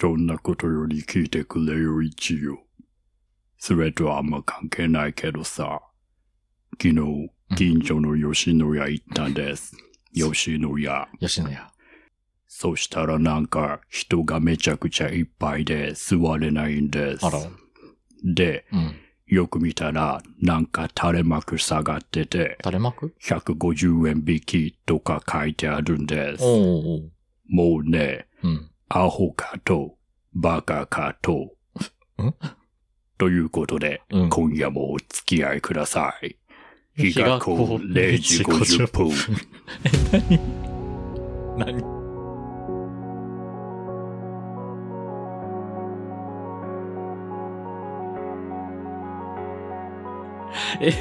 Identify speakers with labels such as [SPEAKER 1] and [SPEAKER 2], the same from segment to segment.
[SPEAKER 1] そんなことより聞いてくれよ、一応。それとあんま関係ないけどさ。昨日、近所の吉野家行ったんです。吉野家。
[SPEAKER 2] 吉野家。
[SPEAKER 1] そしたらなんか人がめちゃくちゃいっぱいで座れないんです。
[SPEAKER 2] あら。
[SPEAKER 1] で、
[SPEAKER 2] うん。
[SPEAKER 1] よく見たらなんか垂れ幕下がってて、
[SPEAKER 2] 垂れ幕
[SPEAKER 1] 150円引きとか書いてあるんです。
[SPEAKER 2] おうおう
[SPEAKER 1] もうね、
[SPEAKER 2] おう。うん。
[SPEAKER 1] アホかと、バカか と
[SPEAKER 2] ん。
[SPEAKER 1] ということで、
[SPEAKER 2] うん
[SPEAKER 1] 今夜もお付き合いください。日
[SPEAKER 2] 日
[SPEAKER 1] が
[SPEAKER 2] が
[SPEAKER 1] こ
[SPEAKER 2] こ
[SPEAKER 1] う
[SPEAKER 2] う
[SPEAKER 1] 0時50分。
[SPEAKER 2] 何 え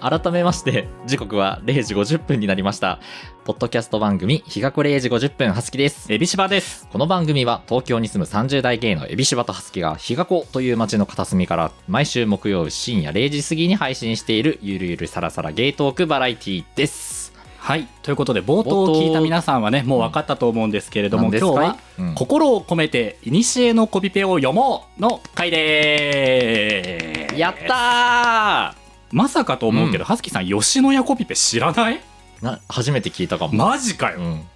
[SPEAKER 2] 改めまして時刻は0時50分になりましたポッドキャスト番組「日がこ0時50分はすき」です
[SPEAKER 3] エビシバです。
[SPEAKER 2] この番組は東京に住む30代芸のエビシバとハスキが日がこという街の片隅から毎週木曜深夜0時過ぎに配信しているゆるゆるさらさらゲートークバラエティーです。
[SPEAKER 3] はい。ということで、冒頭を聞いた皆さんはね、もう分かったと思うんですけれども、今
[SPEAKER 2] 何です
[SPEAKER 3] 日
[SPEAKER 2] か
[SPEAKER 3] は、
[SPEAKER 2] うん
[SPEAKER 3] 心を込めて、いにしえのコピペを読もうの回でーす。
[SPEAKER 2] やった
[SPEAKER 3] まさかと思うけど、
[SPEAKER 2] う
[SPEAKER 3] はすきさん、吉野家コピペ知らない
[SPEAKER 2] ーな初めて聞いたかも。
[SPEAKER 3] マジか
[SPEAKER 2] う
[SPEAKER 3] よ。
[SPEAKER 2] ん、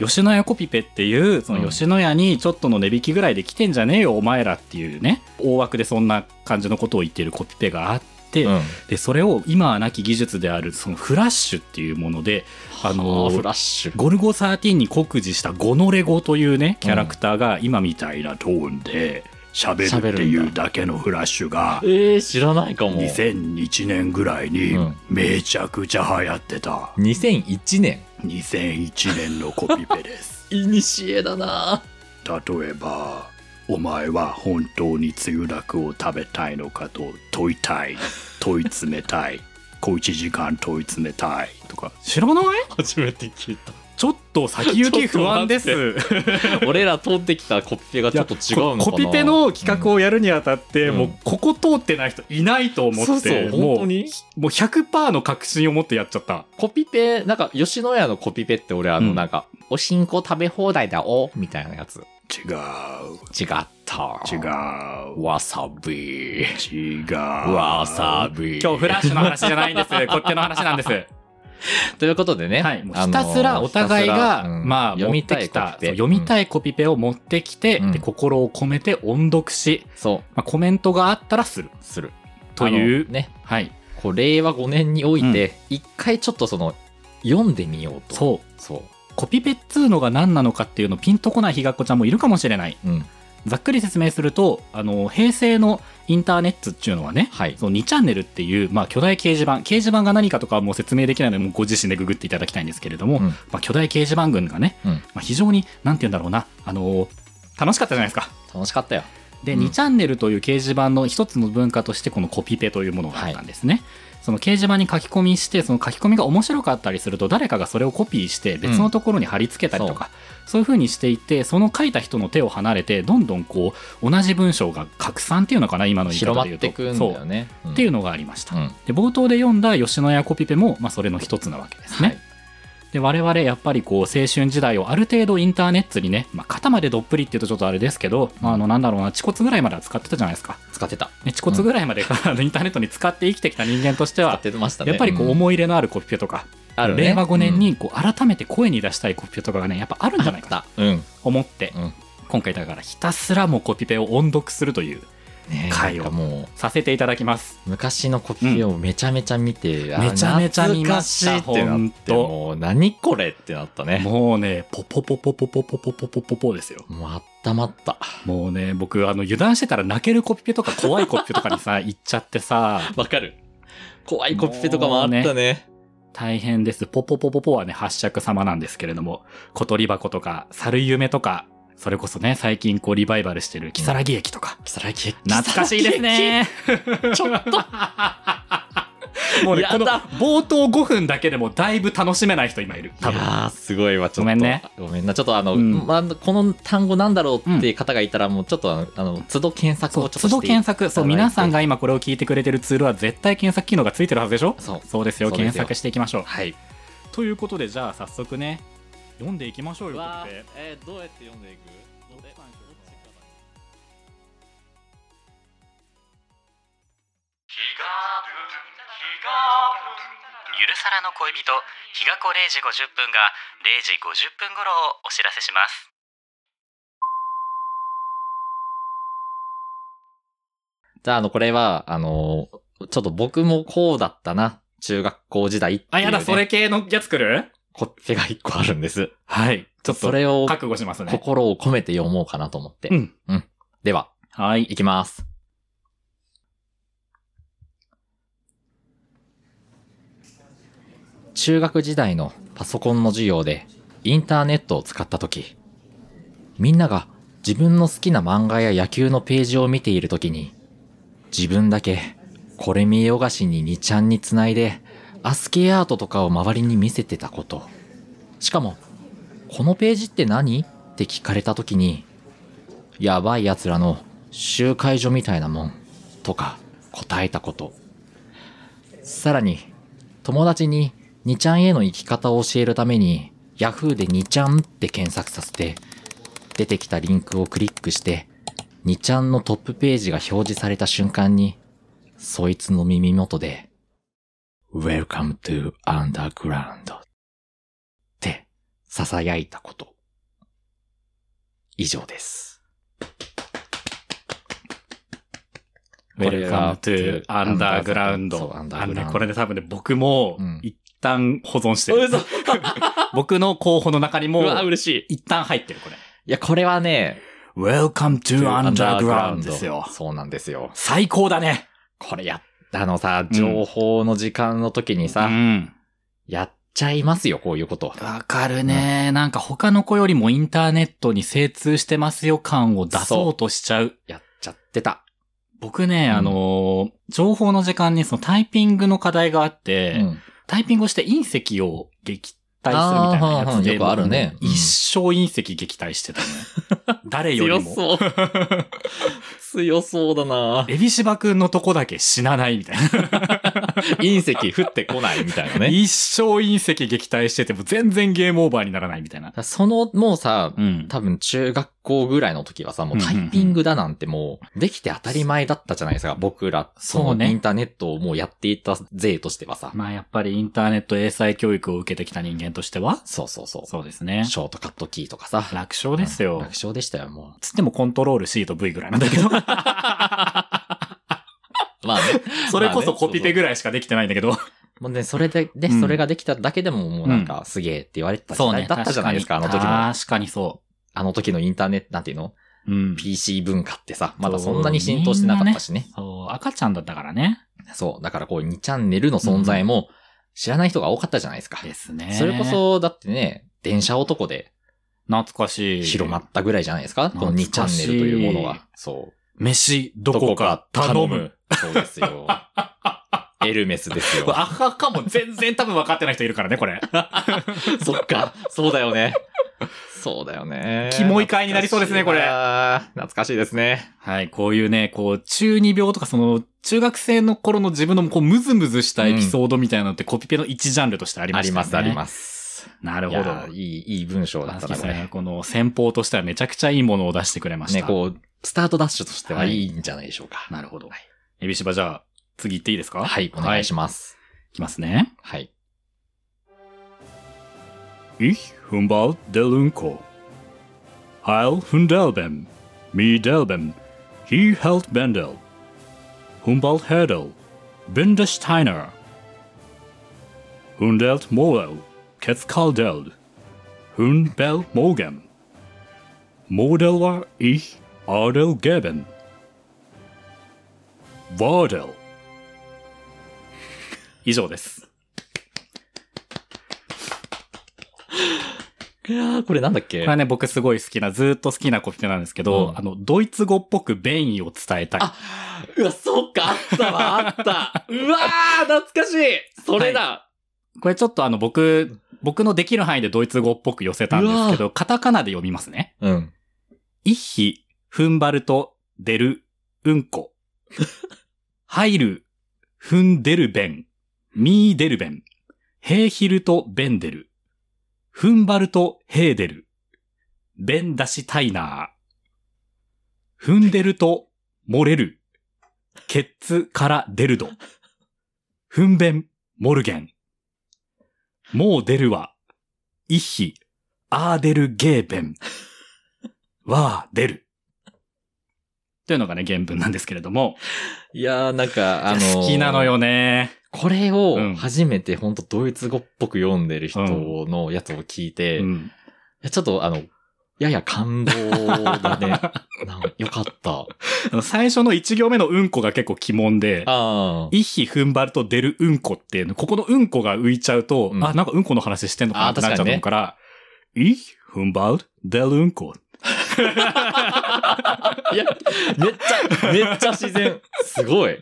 [SPEAKER 3] 吉野家コピペっていう、その吉野家にちょっとの値引きぐらいで来てんじゃねえよ、お前らっていうね、大枠でそんな感じのことを言ってるコピペがあって、
[SPEAKER 2] うん
[SPEAKER 3] で、それを今はなき技術である、そのフラッシュっていうもので、あのー
[SPEAKER 2] はフラッシュ。
[SPEAKER 3] ゴルゴ13に酷似したゴノレゴというねキャラクターが今みたいなトーンで
[SPEAKER 1] 喋るっていうだけのフラッシュが
[SPEAKER 2] えー、知らないかも。
[SPEAKER 1] 2001年ぐらいに
[SPEAKER 2] うん
[SPEAKER 1] めちゃくちゃ流行ってた
[SPEAKER 2] 2001年。
[SPEAKER 1] 2001年のコピペです
[SPEAKER 2] いにしえだな
[SPEAKER 1] 例えば「お前は本当につゆだくを食べたいのか」と「問いたい」「問い詰め たい」「小一時間問い詰めたい」とか
[SPEAKER 3] 知らない
[SPEAKER 2] 初めて聞いた。
[SPEAKER 3] ちょっと先行き不安で
[SPEAKER 2] ち
[SPEAKER 3] す
[SPEAKER 2] 俺ら通ってきたコピペがちょっと違うのかな。
[SPEAKER 3] コピペの企画をやるにあたって、
[SPEAKER 2] うん
[SPEAKER 3] もうここ通ってない人いないと思って
[SPEAKER 2] そうそう
[SPEAKER 3] も
[SPEAKER 2] 本当に
[SPEAKER 3] もう100%の確信を持ってやっちゃった
[SPEAKER 2] コピペ、なんか、吉野家のコピペって俺、あ
[SPEAKER 3] う
[SPEAKER 2] の、
[SPEAKER 3] ん
[SPEAKER 2] なんか、おしんこ食べ放題だおみたいなやつ。
[SPEAKER 1] 違う
[SPEAKER 2] 違った。
[SPEAKER 1] 違。う
[SPEAKER 2] わさび。
[SPEAKER 1] 違う
[SPEAKER 2] わさび。
[SPEAKER 3] 今日フラッシュの話じゃない んですこっちの話なんです
[SPEAKER 2] ということでね。
[SPEAKER 3] はい、もう
[SPEAKER 2] あ
[SPEAKER 3] ひ
[SPEAKER 2] の
[SPEAKER 3] たすらお互い
[SPEAKER 2] ひた
[SPEAKER 3] が、
[SPEAKER 2] すらうん
[SPEAKER 3] まあ、
[SPEAKER 2] 読
[SPEAKER 3] 持っ
[SPEAKER 2] み
[SPEAKER 3] て
[SPEAKER 2] た
[SPEAKER 3] き
[SPEAKER 2] い
[SPEAKER 3] た
[SPEAKER 2] コピペ
[SPEAKER 3] 読み
[SPEAKER 2] い。
[SPEAKER 3] たいコピペを持ってきて、
[SPEAKER 2] うん
[SPEAKER 3] で心を込めて音読し、
[SPEAKER 2] うんそ
[SPEAKER 3] まあ、コメントがあったらする
[SPEAKER 2] う、する。
[SPEAKER 3] とい
[SPEAKER 2] あ
[SPEAKER 3] う、
[SPEAKER 2] のね、
[SPEAKER 3] はい、
[SPEAKER 2] こう、令和5年において、一回ちょっとその、読んでみようと。う。
[SPEAKER 3] そう
[SPEAKER 2] そ。
[SPEAKER 3] コピペっつうのが何なのかっていうのピンとこないひがっこちゃんもいるかもしれないう
[SPEAKER 2] うん。
[SPEAKER 3] ざっくり説明するとあの平成のインターネットっていうのはね
[SPEAKER 2] はい。
[SPEAKER 3] その2チャンネルっていう、まあ、巨大掲示板掲示板が何かとかはもう説明できないのでもうご自身でググっていただきたいんですけれども、
[SPEAKER 2] うん
[SPEAKER 3] まあ、巨大掲示板群がね、
[SPEAKER 2] うん
[SPEAKER 3] まあ、非常になんて言うんだろうなあの楽しかったじゃないですか。
[SPEAKER 2] 楽しかったよ。
[SPEAKER 3] で、
[SPEAKER 2] うん
[SPEAKER 3] 2チャンネルという掲示板の一つの文化としてこのコピペというものがあったんですね、その掲示板に書き込みしてその書き込みが面白かったりすると誰かがそれをコピーして別のところに貼り付けたりとか、そういうふうにしていてその書いた人の手を離れてどんどんこう同じ文章が拡散っていうのかな今の言い
[SPEAKER 2] 広
[SPEAKER 3] 方
[SPEAKER 2] ま
[SPEAKER 3] で言
[SPEAKER 2] っ
[SPEAKER 3] うと
[SPEAKER 2] てくんだ
[SPEAKER 3] そう
[SPEAKER 2] よね。っ
[SPEAKER 3] っていう
[SPEAKER 2] う
[SPEAKER 3] のがありました、
[SPEAKER 2] ん。うん。
[SPEAKER 3] で冒頭で読んだ吉野家コピペも、まあ、それの一つなわけですね、
[SPEAKER 2] はい
[SPEAKER 3] で我々やっぱりこう青春時代をある程度インターネットにね、まあ、肩までどっぷりっていうとちょっとあれですけど、まあ、あのなんだろうな恥骨ぐらいまでは使ってたじゃないですか、
[SPEAKER 2] 使ってた。
[SPEAKER 3] ね、恥骨ぐらいまであのインターネットに使って生きてきた人間として
[SPEAKER 2] 使っ
[SPEAKER 3] は
[SPEAKER 2] てましたね。
[SPEAKER 3] やっぱりこうん思い入れのあるコピペとか、
[SPEAKER 2] あるね
[SPEAKER 3] 令和5年にこう改めて声に出したいコピペとかがねやっぱあるんじゃないかなと
[SPEAKER 2] うん。
[SPEAKER 3] 思って、
[SPEAKER 2] うん
[SPEAKER 3] 今回だからひたすらもうコピペを音読するという
[SPEAKER 2] ねえ
[SPEAKER 3] 会を
[SPEAKER 2] なんかもう、
[SPEAKER 3] させていただきます
[SPEAKER 2] 昔のコピペをめちゃめちゃ見て、あ
[SPEAKER 3] めちゃめちゃ見ました
[SPEAKER 2] 懐かしいってなって
[SPEAKER 3] ほんと
[SPEAKER 2] もう何これってなったね
[SPEAKER 3] もうねポポポポポポポポポポポポですよ
[SPEAKER 2] もうあったまった
[SPEAKER 3] もうね、僕、あの、油断してたら泣けるコピペとか怖いコピペとかに さ、行っちゃってさ、
[SPEAKER 2] わかる怖いコピペとかもあった
[SPEAKER 3] も
[SPEAKER 2] ね
[SPEAKER 3] う大変です。ポポポポポはね、発尺様なんですけれども、小鳥箱とか、猿夢とか、それこそね、最近こうリバイバルしてる、木更木駅とか。
[SPEAKER 2] キサラキ
[SPEAKER 3] 懐かしいですね。
[SPEAKER 2] ちょっと
[SPEAKER 3] もうね、こ
[SPEAKER 2] や
[SPEAKER 3] の
[SPEAKER 2] だ
[SPEAKER 3] 冒頭5分だけでもだいぶ楽しめない人今いる。
[SPEAKER 2] い
[SPEAKER 3] 多
[SPEAKER 2] や
[SPEAKER 3] 分。
[SPEAKER 2] ーすごいわちょっと
[SPEAKER 3] ごめんね
[SPEAKER 2] ごめんなちょっとあの、
[SPEAKER 3] うん
[SPEAKER 2] まあ、この単語なんだろうっていう方がいたら、もうちょっとあのあの都度検索
[SPEAKER 3] そ
[SPEAKER 2] を
[SPEAKER 3] う、
[SPEAKER 2] ちょっ
[SPEAKER 3] 都
[SPEAKER 2] として
[SPEAKER 3] 度検索。そう、
[SPEAKER 2] いただいて
[SPEAKER 3] 皆さんが今これを聞いてくれてるツールは絶対検索機能がついてるはずでしょ
[SPEAKER 2] そう
[SPEAKER 3] そうですよ。
[SPEAKER 2] そうですよ
[SPEAKER 3] 検索していきましょう。
[SPEAKER 2] はい
[SPEAKER 3] ということで、じゃあ早速ね、読んでいきましょうよ、コピペ。
[SPEAKER 2] えどうやって読んでいく
[SPEAKER 4] 皿の恋人日が子0時50分が0時50分頃をお知らせします
[SPEAKER 2] じゃあ、あの、これは、あの、ちょっと僕もこうだったな。中学校時代っていう、ね。
[SPEAKER 3] あ、やだ、それ。系のやつ来る
[SPEAKER 2] コピペが一個あるんです。
[SPEAKER 3] はい。ちょっと、
[SPEAKER 2] それを
[SPEAKER 3] 覚悟しますね。
[SPEAKER 2] 心を込めて読もうかなと思って。
[SPEAKER 3] うん。
[SPEAKER 2] では、
[SPEAKER 3] はい。
[SPEAKER 2] いきます。中学時代のパソコンの授業でインターネットを使った時みんなが自分の好きな漫画や野球のページを見ている時に自分だけこれ見よがしに2ちゃんにつないでアスキーアートとかを周りに見せてたことしかも「このページって何?」って聞かれた時にやばい奴らの集会所みたいなもんとか答えたこと。さらに、友達に2ちゃんへの生き方を教えるために、Yahoo で2ちゃんって検索させて、出てきたリンクをクリックして、2ちゃんのトップページが表示された瞬間に、そいつの耳元で、Welcome to Underground って囁いたこと。以上です。これが
[SPEAKER 3] Welcome to Underground.
[SPEAKER 2] そう Underground
[SPEAKER 3] あのね、これね、多分ね、僕も
[SPEAKER 2] うん、
[SPEAKER 3] 一旦保存してる。僕の候補の中にも、
[SPEAKER 2] 嬉しい。
[SPEAKER 3] 一旦入ってる、これ。
[SPEAKER 2] いや、これはね、
[SPEAKER 3] Welcome to Underground
[SPEAKER 2] Underground
[SPEAKER 3] ですよ。
[SPEAKER 2] そうなんですよ。
[SPEAKER 3] 最高だね。
[SPEAKER 2] これや、あのさ、情報の時間の時に
[SPEAKER 3] う
[SPEAKER 2] さ、
[SPEAKER 3] ん。
[SPEAKER 2] やっちゃいますよ、こういうこと。
[SPEAKER 3] わかるね。なんか他の子よりもインターネットに精通してますよ感を出そうとしちゃう。
[SPEAKER 2] やっちゃってた。
[SPEAKER 3] 僕ね、
[SPEAKER 2] うん
[SPEAKER 3] あのー、情報の時間にそのタイピングの課題があって、
[SPEAKER 2] うん
[SPEAKER 3] タイピングをして隕石を撃退するみたいなやつ
[SPEAKER 2] あーはいは
[SPEAKER 3] で。
[SPEAKER 2] いよくあるね
[SPEAKER 3] もう一生隕石撃退してたね。 誰よりも。
[SPEAKER 2] う。 強そうだな
[SPEAKER 3] エビシバくんのとこだけ死なないみたいな。
[SPEAKER 2] 隕石降ってこないみたいな ね。
[SPEAKER 3] 一生隕石撃退してても全然ゲームオーバーにならないみたいな。
[SPEAKER 2] その、もうさ、
[SPEAKER 3] うん。
[SPEAKER 2] 多分中学校ぐらいの時はさ、もうタイピングだなんてもう、できて当たり前だったじゃないですか、僕ら。
[SPEAKER 3] そうね
[SPEAKER 2] のインターネットをもうやっていた勢としてはさ。
[SPEAKER 3] まあやっぱりインターネット英才教育を受けてきた人間としては、
[SPEAKER 2] そうそうそう。
[SPEAKER 3] そうですね。
[SPEAKER 2] ショートカットキーとかさ。
[SPEAKER 3] 楽勝ですよ。
[SPEAKER 2] 楽勝でしたよ、も
[SPEAKER 3] つってもコントロール C と V ぐらいなんだ けど。
[SPEAKER 2] う。まあね。
[SPEAKER 3] それこそコピペぐらいしかできてないんだけど。
[SPEAKER 2] もうね、それで、で、
[SPEAKER 3] うん
[SPEAKER 2] それができただけでももうなんか、すげえって言われてた時代だったじゃないですか、あの時の。
[SPEAKER 3] 確かにそ
[SPEAKER 2] あの時のインターネット、なんていうの
[SPEAKER 3] う。うん。
[SPEAKER 2] ?PC 文化ってさ、まだそんなに浸透してなかったしね。
[SPEAKER 3] そう、赤ちゃんだったからね。
[SPEAKER 2] そう。だからこう、2チャンネルの存在も、知らない人が多かったじゃないですか。
[SPEAKER 3] ですね。
[SPEAKER 2] それこ、そ、だってね、電車男で
[SPEAKER 3] 懐かしい。
[SPEAKER 2] 広まったぐらいじゃないですか、この2チャンネルというものが。そう。
[SPEAKER 3] 飯、どこか頼 む。。
[SPEAKER 2] そうですよ。エルメスですよ。
[SPEAKER 3] あはかも全然多分分かってない人いるからね、これ。
[SPEAKER 2] そっか、そうだよね。そうだよね。
[SPEAKER 3] キモい回になりそうですねこれ
[SPEAKER 2] 懐かしいですね。
[SPEAKER 3] はい、こういうね、こう、中二病とかその、中学生の頃の自分のこう、ムズムズしたエピソードみたいなのってコピペの一ジャンルとしてありま
[SPEAKER 2] あ
[SPEAKER 3] し
[SPEAKER 2] り
[SPEAKER 3] た
[SPEAKER 2] ま
[SPEAKER 3] よね。
[SPEAKER 2] す、あります。
[SPEAKER 3] す。なる
[SPEAKER 2] い
[SPEAKER 3] ほ
[SPEAKER 2] や
[SPEAKER 3] ど
[SPEAKER 2] い。い、いい文章だった
[SPEAKER 3] 松木
[SPEAKER 2] な、こ
[SPEAKER 3] さん
[SPEAKER 2] れ
[SPEAKER 3] が。この先方としてはめちゃくちゃいいものを出してくれました。
[SPEAKER 2] ね、こう、スタートダッシュとしてはいいんじゃないでしょうか。
[SPEAKER 3] なるほど
[SPEAKER 2] はい。
[SPEAKER 3] エビシバじゃあ、次行っていいですか
[SPEAKER 2] はい、お願いし
[SPEAKER 3] ま
[SPEAKER 2] ます。
[SPEAKER 3] す。いきますね。
[SPEAKER 2] はい。
[SPEAKER 1] Ich humbal der Lunko. Heil Hundelben, mi delben, he held Bendel. Humbal Hedel, Bindesteiner. Hundelt Moel, Ketzkaldeld. Hundbel Mogen. Model war ich, Adel geben. Wardel.
[SPEAKER 3] 以上です。
[SPEAKER 2] いやーこれなんだっけ
[SPEAKER 3] これはね、僕すごい好きな、ずーっと好きなコピペなんですけど、
[SPEAKER 2] うん
[SPEAKER 3] あの、ドイツ語っぽく便意を伝えたい。
[SPEAKER 2] あうわ、そっか、あった わ、あった。うわー、懐かしいそれだ、
[SPEAKER 3] これちょっとあの、僕、僕のできる範囲でドイツ語っぽく寄せたんですけど、カタカナで読みますね。
[SPEAKER 2] うん。
[SPEAKER 3] イッヒ、踏ん張ると、出る、うんこ。入る、踏んでるべん、みーでるべん。へーひると、べんでる。踏ん張ると、へーでる。べんだしたいなー。踏んでると、漏れる。ケッツから出るど。踏んべん、モルゲン。もう出るわ。一ひ、アーデルゲーベン。は出る。というのがね、原文なんですけれども。
[SPEAKER 2] いやー、なんか、あのー
[SPEAKER 3] 好きなのよね。
[SPEAKER 2] これ
[SPEAKER 3] う
[SPEAKER 2] を
[SPEAKER 3] ん
[SPEAKER 2] 初めて本当ドイツ語っぽく読んでる人のやつを聞いて、
[SPEAKER 3] う
[SPEAKER 2] い
[SPEAKER 3] ん
[SPEAKER 2] やちょっとあの、やや感動 だね。なんかよかった。
[SPEAKER 3] あの最初の1行目のうんこが結構鬼門で、
[SPEAKER 2] あー
[SPEAKER 3] 一ひ踏ん張ると出るうんこっていうの、ここのうんこが浮いちゃうと、
[SPEAKER 2] うん
[SPEAKER 3] あ、なんかうんこの話してんのかな
[SPEAKER 2] あ
[SPEAKER 3] ってなっちゃうと
[SPEAKER 2] 確かに
[SPEAKER 3] 思
[SPEAKER 2] ね
[SPEAKER 3] うから、一ひ踏ん張る出るうんこ。
[SPEAKER 2] いや、めっちゃ、めっちゃ自然。すごい。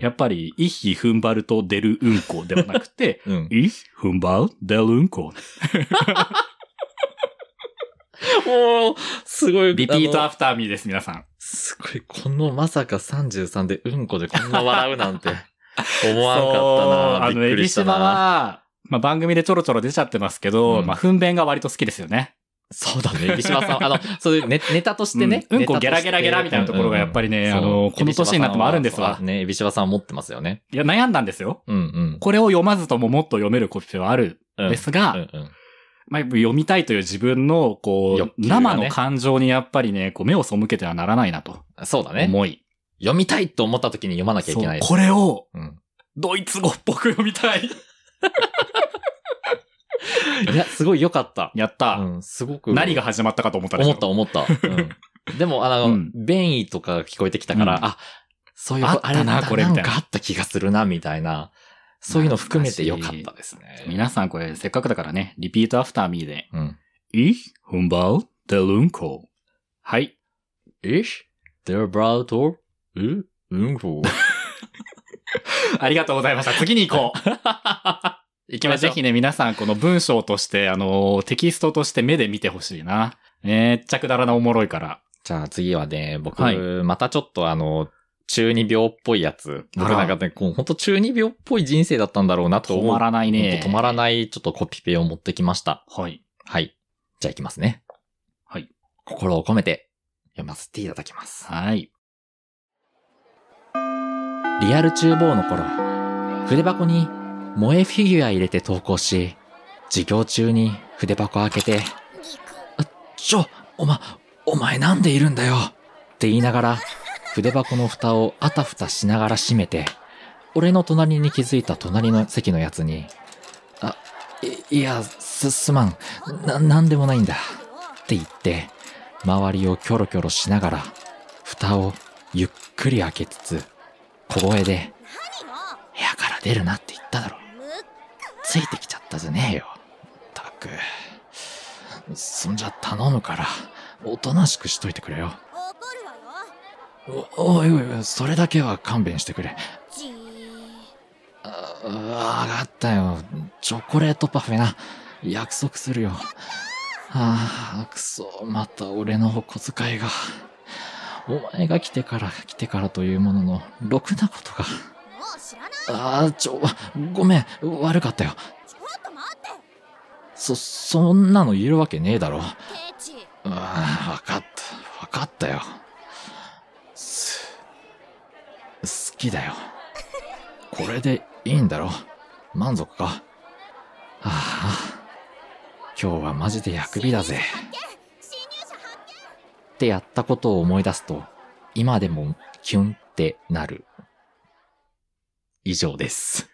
[SPEAKER 3] やっぱり、一ひ踏ん張ると出るうんこではなく て、
[SPEAKER 2] うん。
[SPEAKER 3] 一ひ踏ん張る出るうんこ。
[SPEAKER 2] もう、すご い。
[SPEAKER 3] リピート
[SPEAKER 2] あ
[SPEAKER 3] ア
[SPEAKER 2] の
[SPEAKER 3] フターミーです、皆さん。
[SPEAKER 2] すごい。このまさか33でうんこでこんな笑うなんて、思わん
[SPEAKER 3] そう
[SPEAKER 2] かったな。
[SPEAKER 3] あの、
[SPEAKER 2] びっ
[SPEAKER 3] エ
[SPEAKER 2] くり
[SPEAKER 3] ビ
[SPEAKER 2] し
[SPEAKER 3] シ
[SPEAKER 2] た
[SPEAKER 3] バ
[SPEAKER 2] な。
[SPEAKER 3] は、まあ、番組でちょろちょろ出ちゃってますけど、
[SPEAKER 2] うん
[SPEAKER 3] まあ、糞便が割と好きですよね。
[SPEAKER 2] そうだね。エビシバさん。あの、そういうネネタとしてね。
[SPEAKER 3] うんうんこ
[SPEAKER 2] ネタとして
[SPEAKER 3] ゲラゲラゲラみたいなところがやっぱりね
[SPEAKER 2] うんうん
[SPEAKER 3] あの
[SPEAKER 2] そう
[SPEAKER 3] この年になってもあるんですわ
[SPEAKER 2] エビシバさはそうね、エビシバさんは持ってますよね。
[SPEAKER 3] いや、悩んだんですよ。
[SPEAKER 2] うんうん
[SPEAKER 3] これを読まずとももっと読めるコピペはある
[SPEAKER 2] うんん。
[SPEAKER 3] ですが、
[SPEAKER 2] うんうん
[SPEAKER 3] まあ、やっぱ読みたいという自分の、こう、
[SPEAKER 2] 欲求がね
[SPEAKER 3] 生の感情にやっぱりね、こう目を背けてはならないなと
[SPEAKER 2] そうだね。
[SPEAKER 3] 思い。
[SPEAKER 2] 読みたいと思った時に読まなきゃいけない
[SPEAKER 3] そうこれを、
[SPEAKER 2] うん
[SPEAKER 3] ドイツ語っぽく読みたい。
[SPEAKER 2] いや、すごい良かった。
[SPEAKER 3] やった、
[SPEAKER 2] うん、すごく。
[SPEAKER 3] 何が始まったかと思ったでしょ
[SPEAKER 2] 思った思った。うん、でも、あの、
[SPEAKER 3] うん
[SPEAKER 2] 便意とか聞こえてきたから、
[SPEAKER 3] うん
[SPEAKER 2] あ、そういう
[SPEAKER 3] あったな
[SPEAKER 2] れんか
[SPEAKER 3] これみたいなん
[SPEAKER 2] かあった気がするな、みたいな。そういうの含めて良かったですね。
[SPEAKER 3] 皆さんこれ、せっかくだからね、リピートアフターミーで。
[SPEAKER 2] うん。
[SPEAKER 3] Ich humbal der Lunko。はい。
[SPEAKER 2] Ich, der Braut, u n g
[SPEAKER 3] ありがとうござ いました。次に行こう。
[SPEAKER 2] 行き
[SPEAKER 3] 今
[SPEAKER 2] ましょ
[SPEAKER 3] ぜ
[SPEAKER 2] う。
[SPEAKER 3] ひね、皆さんこの文章として、あの、テキストとして目で見てほしいな。めっちゃくだらなおもろいから。
[SPEAKER 2] じゃあ次はね、僕、
[SPEAKER 3] はい
[SPEAKER 2] またちょっとあの、中二病っぽいやつ。僕
[SPEAKER 3] あら
[SPEAKER 2] なんかね、こう本当中二病っぽい人生だったんだろうなと
[SPEAKER 3] 止
[SPEAKER 2] 思う。
[SPEAKER 3] まらないね。
[SPEAKER 2] ほんと止まら
[SPEAKER 3] い。
[SPEAKER 2] ないちょっとコピペを持ってきました。
[SPEAKER 3] はい。
[SPEAKER 2] はい。じゃあ行きますね。
[SPEAKER 3] はい。
[SPEAKER 2] 心を込めて読ませていただきます。
[SPEAKER 3] はい。
[SPEAKER 2] リアル厨房の頃、筆箱に萌えフィギュア入れて投稿し、授業中に筆箱開けて、あちょ、おま、お前なんでいるんだよって言いながら、筆箱の蓋をあたふたしながら閉めて、俺の隣に気づいた隣の席のやつに、あ、いいや、す、すまん。な、なんでもないんだ。って言って、周りをキョロキョロしながら、蓋をゆっくり開けつつ、小声で、部屋から出るなって言っただろ。ついてきちゃったじゃねえよ。ったく。そんじゃ頼むから、おとなしくしといてくれよ。
[SPEAKER 5] 怒るわよ
[SPEAKER 2] お、おいおいおい、それだけは勘弁してくれ。
[SPEAKER 5] じー
[SPEAKER 2] あ、わかったよ。チョコレートパフェな。約束するよ。ああ、くそ、また俺のお小遣いが。お前が来てから、来てからというものの、ろくなことが。
[SPEAKER 5] もう知らない
[SPEAKER 2] ああ、ちょ、わごめん、悪かったよ。
[SPEAKER 5] ちょっと待って
[SPEAKER 2] そ、そんなの言えるわけねえだろ。
[SPEAKER 5] ケチ
[SPEAKER 2] うん、わかった、わかったよ。す、好きだよ。これでいいんだろ満足かはあ、今日はマジで薬味だぜ。
[SPEAKER 5] 侵入者発
[SPEAKER 2] ってやったことを思い出すと、今でもキュンってなる。以上です。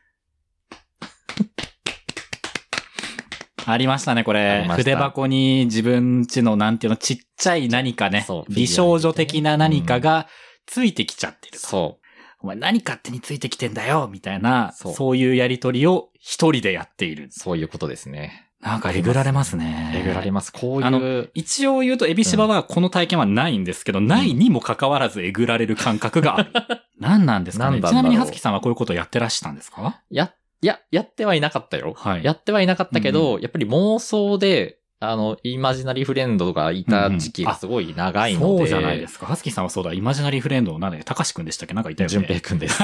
[SPEAKER 3] ありましたね、こ
[SPEAKER 2] あ
[SPEAKER 3] れ
[SPEAKER 2] り。ました
[SPEAKER 3] 筆箱に自分ちの、なんていうの、ちっちゃい何かね
[SPEAKER 2] そう、
[SPEAKER 3] 美少女的な何かがついてきちゃってると。
[SPEAKER 2] そ
[SPEAKER 3] お前何勝手についてきてんだよみたいな、
[SPEAKER 2] そ
[SPEAKER 3] そうういうやりとりを一人でやっている
[SPEAKER 2] う、。そういうことですね。
[SPEAKER 3] なんかえぐられますね。
[SPEAKER 2] えぐられます。こう
[SPEAKER 3] あ
[SPEAKER 2] いう、
[SPEAKER 3] 一応言うと、エビシバはこの体験はないんですけど、ないにもかかわらずえぐられる感覚があ る。何なんですか
[SPEAKER 2] 何
[SPEAKER 3] ね
[SPEAKER 2] なん
[SPEAKER 3] ち
[SPEAKER 2] だろ
[SPEAKER 3] な
[SPEAKER 2] う
[SPEAKER 3] みに、はつきさんはこういうことやってらしたんですか
[SPEAKER 2] や、いや、やってはいなかったよ。
[SPEAKER 3] はい。
[SPEAKER 2] やってはいなかったけど、やっぱり妄想で、あの、イマジナリーフレンドがいた時期がすごい長いので、
[SPEAKER 3] そうじゃないですか。はつきさんはそうだ、イマジナリーフレンドの何だっけたかしくんでしたっけなんかいたよね。
[SPEAKER 2] 淳 平くんです。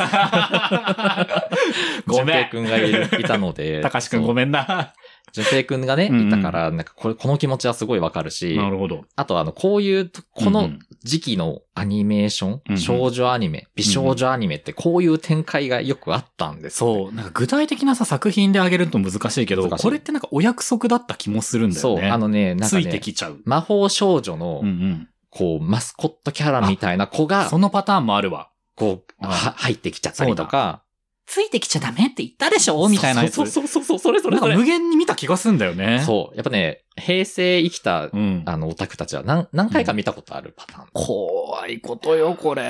[SPEAKER 3] ごめ
[SPEAKER 2] 淳平
[SPEAKER 3] ん。
[SPEAKER 2] くんがいるいたの で、
[SPEAKER 3] たかしくんご
[SPEAKER 2] ん。
[SPEAKER 3] めんな。
[SPEAKER 2] 純平くんがね、
[SPEAKER 3] うんうん
[SPEAKER 2] いたから、なんかこれ、この気持ちはすごいわかるし、
[SPEAKER 3] なるほど。
[SPEAKER 2] あとあの、こういう、こ
[SPEAKER 3] う
[SPEAKER 2] の
[SPEAKER 3] ん
[SPEAKER 2] 時期のアニメーション、
[SPEAKER 3] うんうん
[SPEAKER 2] 少女アニメ、美少女アニメってこういう展開がよくあったんです、
[SPEAKER 3] そう、なんか具体的なさ、作品であげると難しいけど、
[SPEAKER 2] 難しい
[SPEAKER 3] これってなんかお約束だった気もするんだよ
[SPEAKER 2] そう、
[SPEAKER 3] ね。
[SPEAKER 2] あのね、なんか
[SPEAKER 3] ついて
[SPEAKER 2] ね、
[SPEAKER 3] きちゃう。
[SPEAKER 2] 魔法少女の、
[SPEAKER 3] うんうん。
[SPEAKER 2] こう、マスコットキャラみたいな子が
[SPEAKER 3] そ、のパターンもあるわ。
[SPEAKER 2] こう、
[SPEAKER 3] あ
[SPEAKER 2] は入ってきちゃったりとか、
[SPEAKER 3] ついてきちゃダメって言ったでしょみたいなやつ。
[SPEAKER 2] そうそうそうそう、それそれそ
[SPEAKER 3] なん
[SPEAKER 2] れ
[SPEAKER 3] か無。限に見た気がすんだよね。
[SPEAKER 2] そう。やっぱね、平成生きた、
[SPEAKER 3] う。うん。
[SPEAKER 2] あの、オタクたちは何、何回か見たことあるパターン。
[SPEAKER 3] 怖いことよ、これ。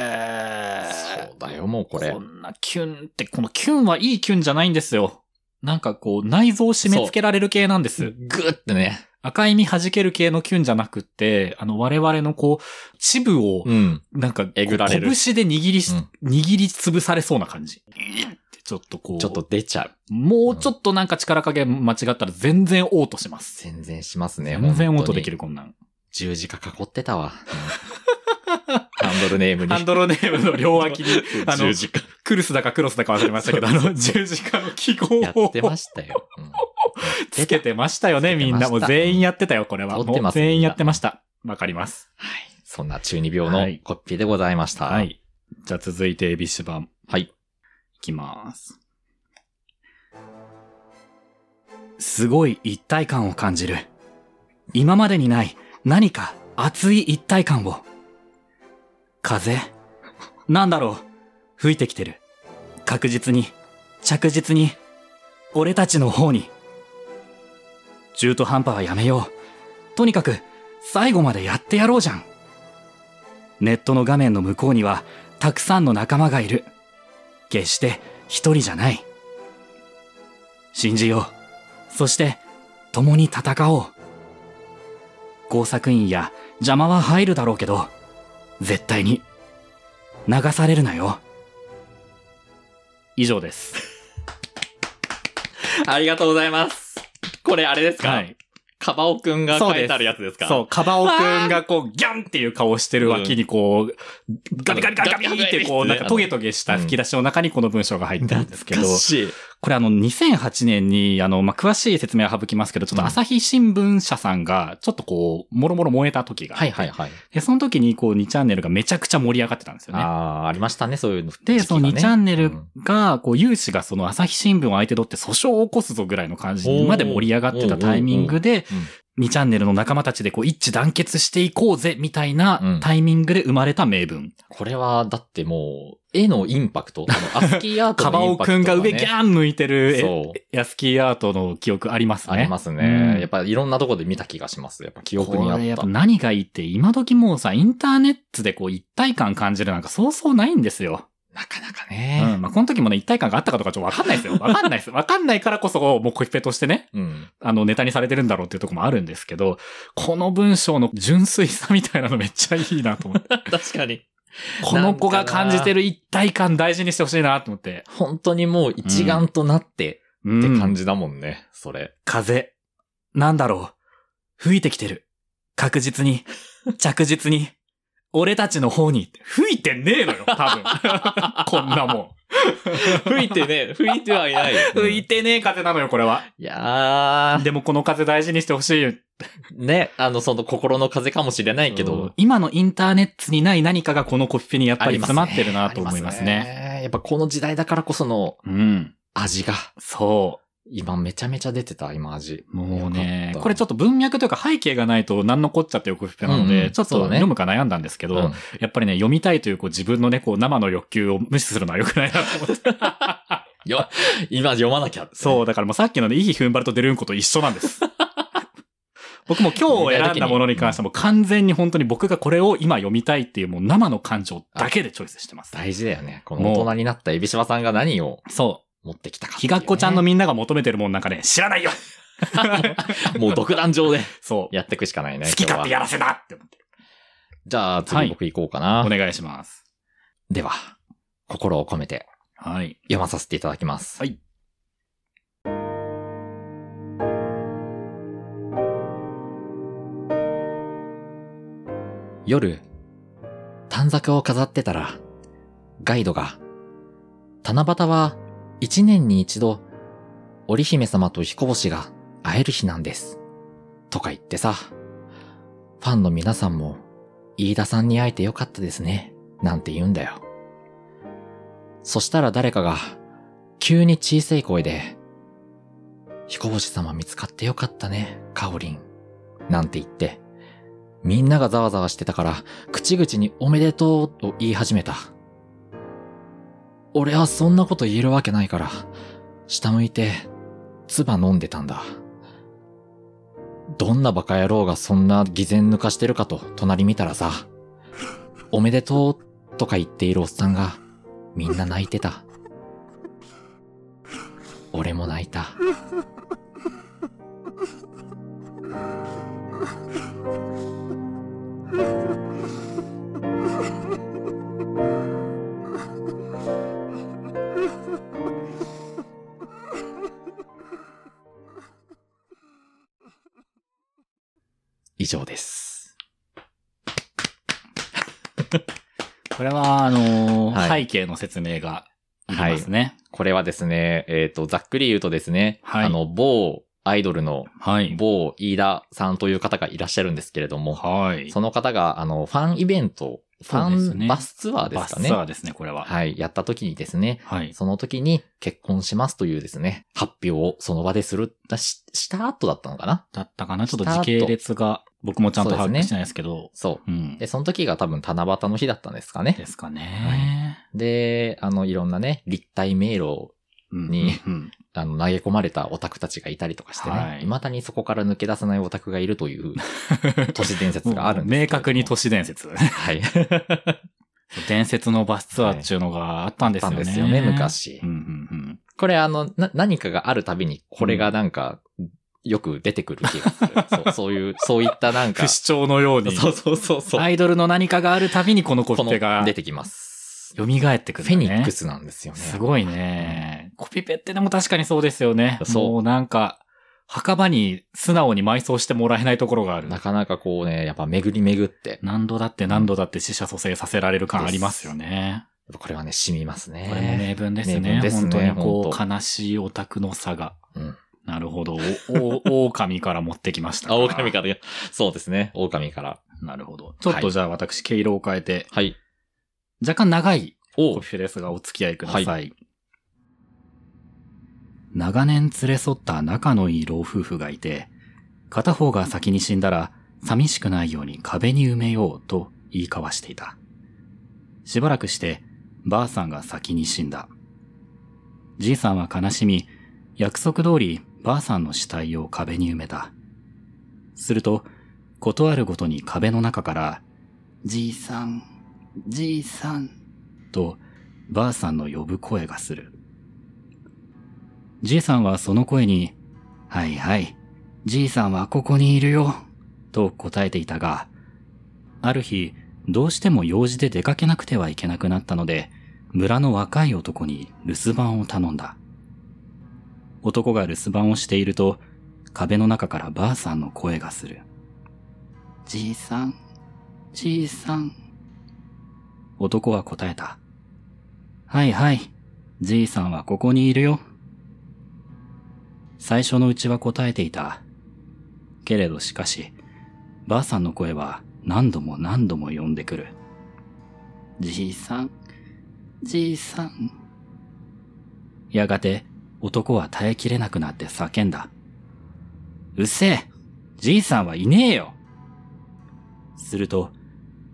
[SPEAKER 2] そうだよ、もうこれ
[SPEAKER 3] こ。んなキュンって、このキュンはいいキュンじゃないんですよ。なんかこう、内臓を締め付けられる系なんです。
[SPEAKER 2] グーってね。
[SPEAKER 3] 赤い実弾ける系のキュンじゃなくって、あの、我々のこう、チブを、
[SPEAKER 2] うん。
[SPEAKER 3] なんか、
[SPEAKER 2] えぐられる
[SPEAKER 3] こう拳で握りし、
[SPEAKER 2] うん
[SPEAKER 3] 握りつぶされそうな感じ。ってちょっとこう、
[SPEAKER 2] ちょっと出ちゃう。
[SPEAKER 3] もうちょっとなんか力加減間違ったら全然嘔吐します。
[SPEAKER 2] 全然しますね。
[SPEAKER 3] 全然
[SPEAKER 2] 本
[SPEAKER 3] 嘔
[SPEAKER 2] 当
[SPEAKER 3] 吐
[SPEAKER 2] に
[SPEAKER 3] できる、こんなん。
[SPEAKER 2] 十字架囲ってたわ。ハンドルネームに。
[SPEAKER 3] ハンドルネームの両脇 に、あの
[SPEAKER 2] 十、字架。
[SPEAKER 3] クルスだかクロスだか忘れましたけど、あの、十字架の記号
[SPEAKER 2] や
[SPEAKER 3] を
[SPEAKER 2] ってましたよ。うん
[SPEAKER 3] つけてましたよね、
[SPEAKER 2] つけ
[SPEAKER 3] み
[SPEAKER 2] て
[SPEAKER 3] ん
[SPEAKER 2] ました
[SPEAKER 3] な。もう全員やってたよ、これは。
[SPEAKER 2] 通って
[SPEAKER 3] もう
[SPEAKER 2] ます
[SPEAKER 3] 全員やってました。わかります。
[SPEAKER 2] そんな中二病
[SPEAKER 3] は
[SPEAKER 2] の
[SPEAKER 3] い
[SPEAKER 2] コピーでございました。
[SPEAKER 3] は。い。じゃあ続いて、エビシバン。
[SPEAKER 2] はい。
[SPEAKER 3] いきます。すごい一体感を感じる。今までにない何か熱い一体感を。風なんだろう吹いてきてる。確実に、着実に、俺たちの方に。中途半端はやめよう。とにかく、最後までやってやろうじゃん。ネットの画面の向こうには、たくさんの仲間がいる。決して一人じゃない。信じよう。そして、共に戦おう。工作員や邪魔は入るだろうけど、絶対に、流されるなよ。以上です。
[SPEAKER 2] ありがとうございます。これあれですか、
[SPEAKER 3] はい
[SPEAKER 2] カバオくんが
[SPEAKER 3] そう
[SPEAKER 2] 書
[SPEAKER 3] です
[SPEAKER 2] いてあるやつですか
[SPEAKER 3] そう、カバオくんがこう、ギャンっていう顔をしてる脇にこう、ガビガビガビガビってこう、なんかトゲトゲした吹き出しの中にこの文章が入ってるんですけど、
[SPEAKER 2] 懐かしい。
[SPEAKER 3] これあの2008年にあの、まあ、詳しい説明は省きますけど、ちょっと朝日新聞社さんがちょっとこう、もろもろ燃えた時が。
[SPEAKER 2] はいはいはい。
[SPEAKER 3] で、その時にこう2チャンネルがめちゃくちゃ盛り上がってたんですよ
[SPEAKER 2] あ
[SPEAKER 3] ね。
[SPEAKER 2] あ、ありましたね、そういうの。
[SPEAKER 3] で、その2
[SPEAKER 2] 時期
[SPEAKER 3] チ
[SPEAKER 2] が
[SPEAKER 3] ャ
[SPEAKER 2] ね
[SPEAKER 3] ンネル
[SPEAKER 2] うん
[SPEAKER 3] が、こう、有志がその朝日新聞を相手取って訴訟を起こすぞぐらいの感じ
[SPEAKER 2] お
[SPEAKER 3] に
[SPEAKER 2] ー
[SPEAKER 3] まで盛り上がってたタイミングで
[SPEAKER 2] うんうん、
[SPEAKER 3] 2チャンネルの仲間たちでこう、一致団結していこうぜ、みたいうなんタイミングで生まれた名文。
[SPEAKER 2] これは、だってもう、絵のインパク ト、あの、アスキーアー
[SPEAKER 3] カ
[SPEAKER 2] ト
[SPEAKER 3] バ
[SPEAKER 2] のイ
[SPEAKER 3] オ
[SPEAKER 2] ンパ
[SPEAKER 3] く
[SPEAKER 2] ク
[SPEAKER 3] ん
[SPEAKER 2] ト
[SPEAKER 3] が上ギャン向いてる、え
[SPEAKER 2] そう。
[SPEAKER 3] ヤスキーアートの記憶ありますね。
[SPEAKER 2] ありますね。やっぱいろんなとこで見た気がします。やっぱ記憶にあ
[SPEAKER 3] これやっぱ
[SPEAKER 2] っ
[SPEAKER 3] 何がいいって、今時もうさ、インターネットでこう一体感感じるなんかそうそうないんですよ。
[SPEAKER 2] た。なかなか
[SPEAKER 3] う
[SPEAKER 2] ね。
[SPEAKER 3] ん。まあ、この時もね、一体感があったかとかちょっとわかんない ですよ。わかんないです。わかんないからこそ、もうコピペとしてね、
[SPEAKER 2] うん。
[SPEAKER 3] あの、ネタにされてるんだろうっていうとこもあるんですけど、この文章の純粋さみたいなのめっちゃいいなと思 って。
[SPEAKER 2] 確かに。
[SPEAKER 3] この子が感じてる一体感大事にしてほしいなと思って。
[SPEAKER 2] 本当にもう一丸となって
[SPEAKER 3] うん
[SPEAKER 2] って感じだもんね、それ。
[SPEAKER 3] 風。なんだろう。吹いてきてる。確実に。 着実に。俺たちの方に。吹いてねえのよ、多 分。こんなもん。
[SPEAKER 2] 吹いてね、吹いてはいない。
[SPEAKER 3] 吹
[SPEAKER 2] 吹
[SPEAKER 3] い
[SPEAKER 2] い
[SPEAKER 3] てねえ風なのよ、これは。
[SPEAKER 2] いやー、
[SPEAKER 3] でもこの風大事にしてほしいよ。
[SPEAKER 2] ね、あの、その心の風かもしれないけど、
[SPEAKER 3] 今のインターネットにない何かがこのコピペにやっぱり詰まってるなと思います
[SPEAKER 2] あり
[SPEAKER 3] ね。
[SPEAKER 2] ますねやっぱこの時代だからこその
[SPEAKER 3] うん。
[SPEAKER 2] 味が、
[SPEAKER 3] そ
[SPEAKER 2] 今めちゃめちゃ出てた、今味。
[SPEAKER 3] う。もうね
[SPEAKER 2] よかっ、た
[SPEAKER 3] これちょっと文脈というか背景がないと何のこっちゃっていうコピペなので、
[SPEAKER 2] うんうん
[SPEAKER 3] ちょっと
[SPEAKER 2] そうだね
[SPEAKER 3] 読むか悩んだんですけど、
[SPEAKER 2] うん
[SPEAKER 3] やっぱりね、読みたいというこう自分のね、こう生の欲求を無視するのは良くないなと思って。
[SPEAKER 2] よ、今読まなきゃ。
[SPEAKER 3] そう、だからもうさっきのね、いい踏ん張りと出るんこと一緒なん です。僕も今日選んだものに関してはもう完全に本当に僕がこれを今読みたいっていうもう生の感情だけでチョイスしてます。
[SPEAKER 2] 大事だよね。この大人になったエビシバさんが何を
[SPEAKER 3] そ
[SPEAKER 2] 持ってきたか
[SPEAKER 3] う。
[SPEAKER 2] って
[SPEAKER 3] ひ
[SPEAKER 2] いうね、
[SPEAKER 3] がっこちゃんのみんなが求めてるもんなんかね、知らないよ
[SPEAKER 2] もう独壇場で
[SPEAKER 3] そう。
[SPEAKER 2] やっていくしかないね。
[SPEAKER 3] 好き勝手や
[SPEAKER 2] 今日は
[SPEAKER 3] らせなって思ってる。
[SPEAKER 2] じゃ
[SPEAKER 3] は
[SPEAKER 2] あ
[SPEAKER 3] い
[SPEAKER 2] 次僕行こうかな。
[SPEAKER 3] お願いします。
[SPEAKER 2] では、心を込めて
[SPEAKER 3] はい。
[SPEAKER 2] 読まさせていただきます。
[SPEAKER 3] はい。
[SPEAKER 2] 夜、短冊を飾ってたら、ガイドが、七夕は一年に一度、織姫様と彦星が会える日なんです。とか言ってさ、ファンの皆さんも、飯田さんに会えてよかったですね、なんて言うんだよ。そしたら誰かが、急に小さい声で、彦星様見つかってよかったね、カオリン。なんて言って、みんながざわざわしてたから、口々におめでとうと言い始めた。俺はそんなこと言えるわけないから、下向いて、唾飲んでたんだ。どんなバカ野郎がそんな偽善抜かしてるかと隣見たらさ、おめでとうとか言っているおっさんが、みんな泣いてた。俺も泣いた。以上です。
[SPEAKER 3] これは、あのー
[SPEAKER 2] はい
[SPEAKER 3] 背景の説明がいりますね。
[SPEAKER 2] これはですね、えっ、と、ざっくり言うとですね、
[SPEAKER 3] はい
[SPEAKER 2] あの、某アイドルの
[SPEAKER 3] はい。
[SPEAKER 2] 某飯田さんという方がいらっしゃるんですけれども、
[SPEAKER 3] はい。
[SPEAKER 2] その方が、あの、ファンイベント、フ
[SPEAKER 3] そうです
[SPEAKER 2] ァ
[SPEAKER 3] ね
[SPEAKER 2] ンバスツアーですか
[SPEAKER 3] バス
[SPEAKER 2] ね。
[SPEAKER 3] ツアーですね、これは。はい。
[SPEAKER 2] はい、やった時にですね、その時に結婚しますというですね、発表をその場でする、だしした後だったのかな
[SPEAKER 3] だったかなちょっと
[SPEAKER 2] スター
[SPEAKER 3] 時
[SPEAKER 2] ト
[SPEAKER 3] 系列が、僕もちゃんと把
[SPEAKER 2] そう
[SPEAKER 3] 握
[SPEAKER 2] ですね
[SPEAKER 3] してないですけど。
[SPEAKER 2] そうう。
[SPEAKER 3] ん。
[SPEAKER 2] で、
[SPEAKER 3] で
[SPEAKER 2] その時が多分七夕の日だったんですかね。
[SPEAKER 3] すかね。
[SPEAKER 2] で、あの、いろんなね、立体迷路を
[SPEAKER 3] うん
[SPEAKER 2] に
[SPEAKER 3] うんうん
[SPEAKER 2] あの、投げ込まれたオタクたちがいたりとかしてね、
[SPEAKER 3] はい
[SPEAKER 2] 未だにそこから抜け出せないオタクがいるという都市伝説があるん
[SPEAKER 3] 明
[SPEAKER 2] ですけれども
[SPEAKER 3] 確に都市伝説。
[SPEAKER 2] はい。
[SPEAKER 3] 伝説のバスツアーっていうのがあったんですよね。
[SPEAKER 2] あったんですよね昔
[SPEAKER 3] うんうんうん。
[SPEAKER 2] これあの、な、何かがあるたびに、これがなんか、よく出てくる気がする。 そう、そういう、そういったなん
[SPEAKER 3] 不
[SPEAKER 2] か、
[SPEAKER 3] 死鳥のように。
[SPEAKER 2] そうそうそうそう。
[SPEAKER 3] アイドルの何かがあるたびにこのコ
[SPEAKER 2] こ
[SPEAKER 3] ピペが
[SPEAKER 2] の、
[SPEAKER 3] 蘇
[SPEAKER 2] 出
[SPEAKER 3] って
[SPEAKER 2] きます。
[SPEAKER 3] てくるんだね。
[SPEAKER 2] フェニックスなんですよね。
[SPEAKER 3] すごいね。コピペってでも確かにそうですよね。
[SPEAKER 2] そう
[SPEAKER 3] もうなんか、墓場に素直に埋葬してもらえないところがある。
[SPEAKER 2] なかなかこうね、やっぱ巡り巡って、
[SPEAKER 3] 何度だって何度だって死者蘇生させられる感ありますよね。
[SPEAKER 2] これはね、染みますね。
[SPEAKER 3] これも名分です
[SPEAKER 2] 名
[SPEAKER 3] ね。
[SPEAKER 2] 分ですね
[SPEAKER 3] 本当にこ
[SPEAKER 2] 本
[SPEAKER 3] う、悲しいオタクの差が。
[SPEAKER 2] うん
[SPEAKER 3] なるほど。お、お、 狼から持ってきました
[SPEAKER 2] あ、狼から、いやそうですね、狼から。
[SPEAKER 3] なるほど。ちょっとじゃあ私、毛色を変えて、
[SPEAKER 2] はい。
[SPEAKER 3] 若干長い
[SPEAKER 2] お
[SPEAKER 3] コ
[SPEAKER 2] う
[SPEAKER 3] ピペですが、お付き合いください。
[SPEAKER 2] は
[SPEAKER 3] 長年連れ添った仲のいい老夫婦がいて、片方が先に死んだら、寂しくないように壁に埋めようと言い交わしていた。しばらくして、ばあさんが先に死んだ。じいさんは悲しみ、約束通りばあさんの死体を壁に埋めた。すると、ことあるごとに壁の中から、じいさん、じいさん、と、ばあさんの呼ぶ声がする。じいさんはその声に、はいはい、じいさんはここにいるよ、と答えていたが、ある日、どうしても用事で出かけなくてはいけなくなったので、村の若い男に留守番を頼んだ。男が留守番をしていると、壁の中からばあさんの声がする。じいさん、じいさん。男は答えた。はいはい、じいさんはここにいるよ。最初のうちは答えていた。けれどしかし、ばあさんの声は何度も何度も呼んでくる。じいさん、じいさん。やがて男は耐えきれなくなって叫んだ。うっせえじいさんはいねえよすると、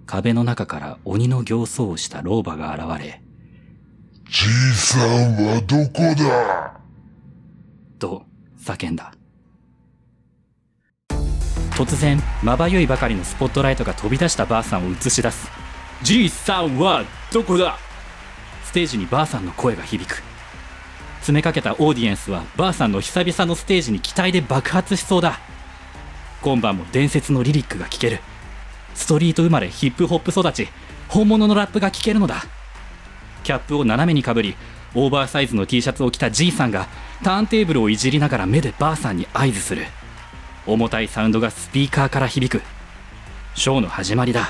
[SPEAKER 3] 壁の中から鬼の形相をした老婆が現れ、
[SPEAKER 6] じいさんはどこだ
[SPEAKER 3] と叫んだ突然まばゆいばかりのスポットライトが飛び出したばあさんを映し出すじいさんはどこだステージにばあさんの声が響く詰めかけたオーディエンスはばあさんの久々のステージに期待で爆発しそうだ今晩も伝説のリリックが聴けるストリート生まれヒップホップ育ち本物のラップが聴けるのだキャップを斜めにかぶりオーバーサイズの T シャツを着たじいさんがターンテーブルをいじりながら目でばあさんに合図する重たいサウンドがスピーカーから響くショーの始まりだ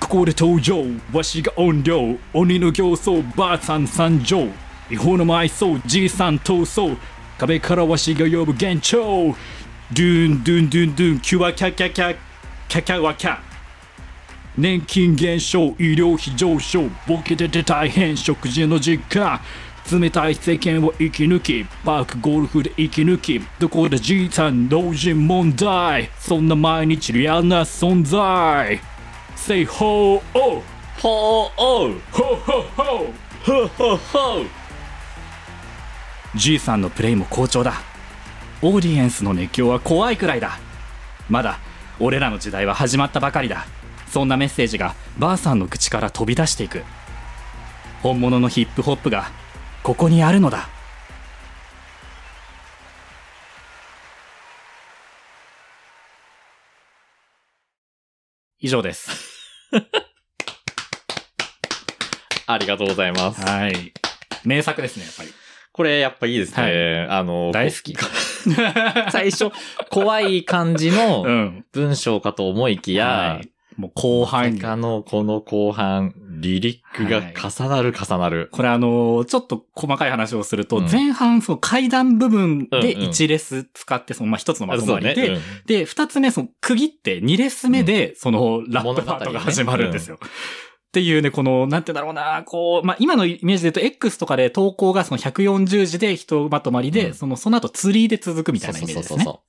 [SPEAKER 3] ここで登場わしが音量鬼の形相ばあさん参上違法の埋葬じいさん逃走
[SPEAKER 1] 壁からわしが呼ぶ幻聴ドゥンドゥンドゥンドゥンキュアキャキャキャキャキャワキャ年金減少医療費上昇ボケてて大変食事の実家冷たい世間を生き抜きパークゴルフで生き抜きどこでじいさん老人問題そんな毎日リアルな存在 Say ho oh ho oh ho ho ho ho ho ho
[SPEAKER 3] じいさんのプレイも好調だオーディエンスの熱狂は怖いくらいだまだ俺らの時代は始まったばかりだそんなメッセージがばあさんの口から飛び出していく本物のヒップホップがここにあるのだ以上です。
[SPEAKER 2] ありがとうございます。
[SPEAKER 3] はい。名作ですね、やっぱり。
[SPEAKER 2] これやっぱいいですね。あの、
[SPEAKER 3] 大好き
[SPEAKER 2] こ。 最初、怖い感じの
[SPEAKER 3] うん。
[SPEAKER 2] 文章かと思いき
[SPEAKER 3] い
[SPEAKER 2] や、
[SPEAKER 3] もう後
[SPEAKER 2] ま
[SPEAKER 3] 半
[SPEAKER 2] さ
[SPEAKER 3] に。
[SPEAKER 2] かのこの後半、リリックが重なる重なる。
[SPEAKER 3] これあのーちょっと細かい話をすると、
[SPEAKER 2] うん
[SPEAKER 3] 前半その階段部分で
[SPEAKER 2] うんうん
[SPEAKER 3] 1レス使って、そのまあ一つのまと
[SPEAKER 2] そ
[SPEAKER 3] ま
[SPEAKER 2] う
[SPEAKER 3] り
[SPEAKER 2] ね。
[SPEAKER 3] で、で、二つ目その区切って2レス目で、そのラップパートが始まるんですよ。っていうね、この、なんて言うんだろうな、こう、まあ、今のイメージで言うと、X とかで投稿がその140字でひとまとまりで、
[SPEAKER 2] うん
[SPEAKER 3] その、その後ツリーで続く
[SPEAKER 2] うん
[SPEAKER 3] みたいなイメージですね。
[SPEAKER 2] そうそうそう
[SPEAKER 3] だか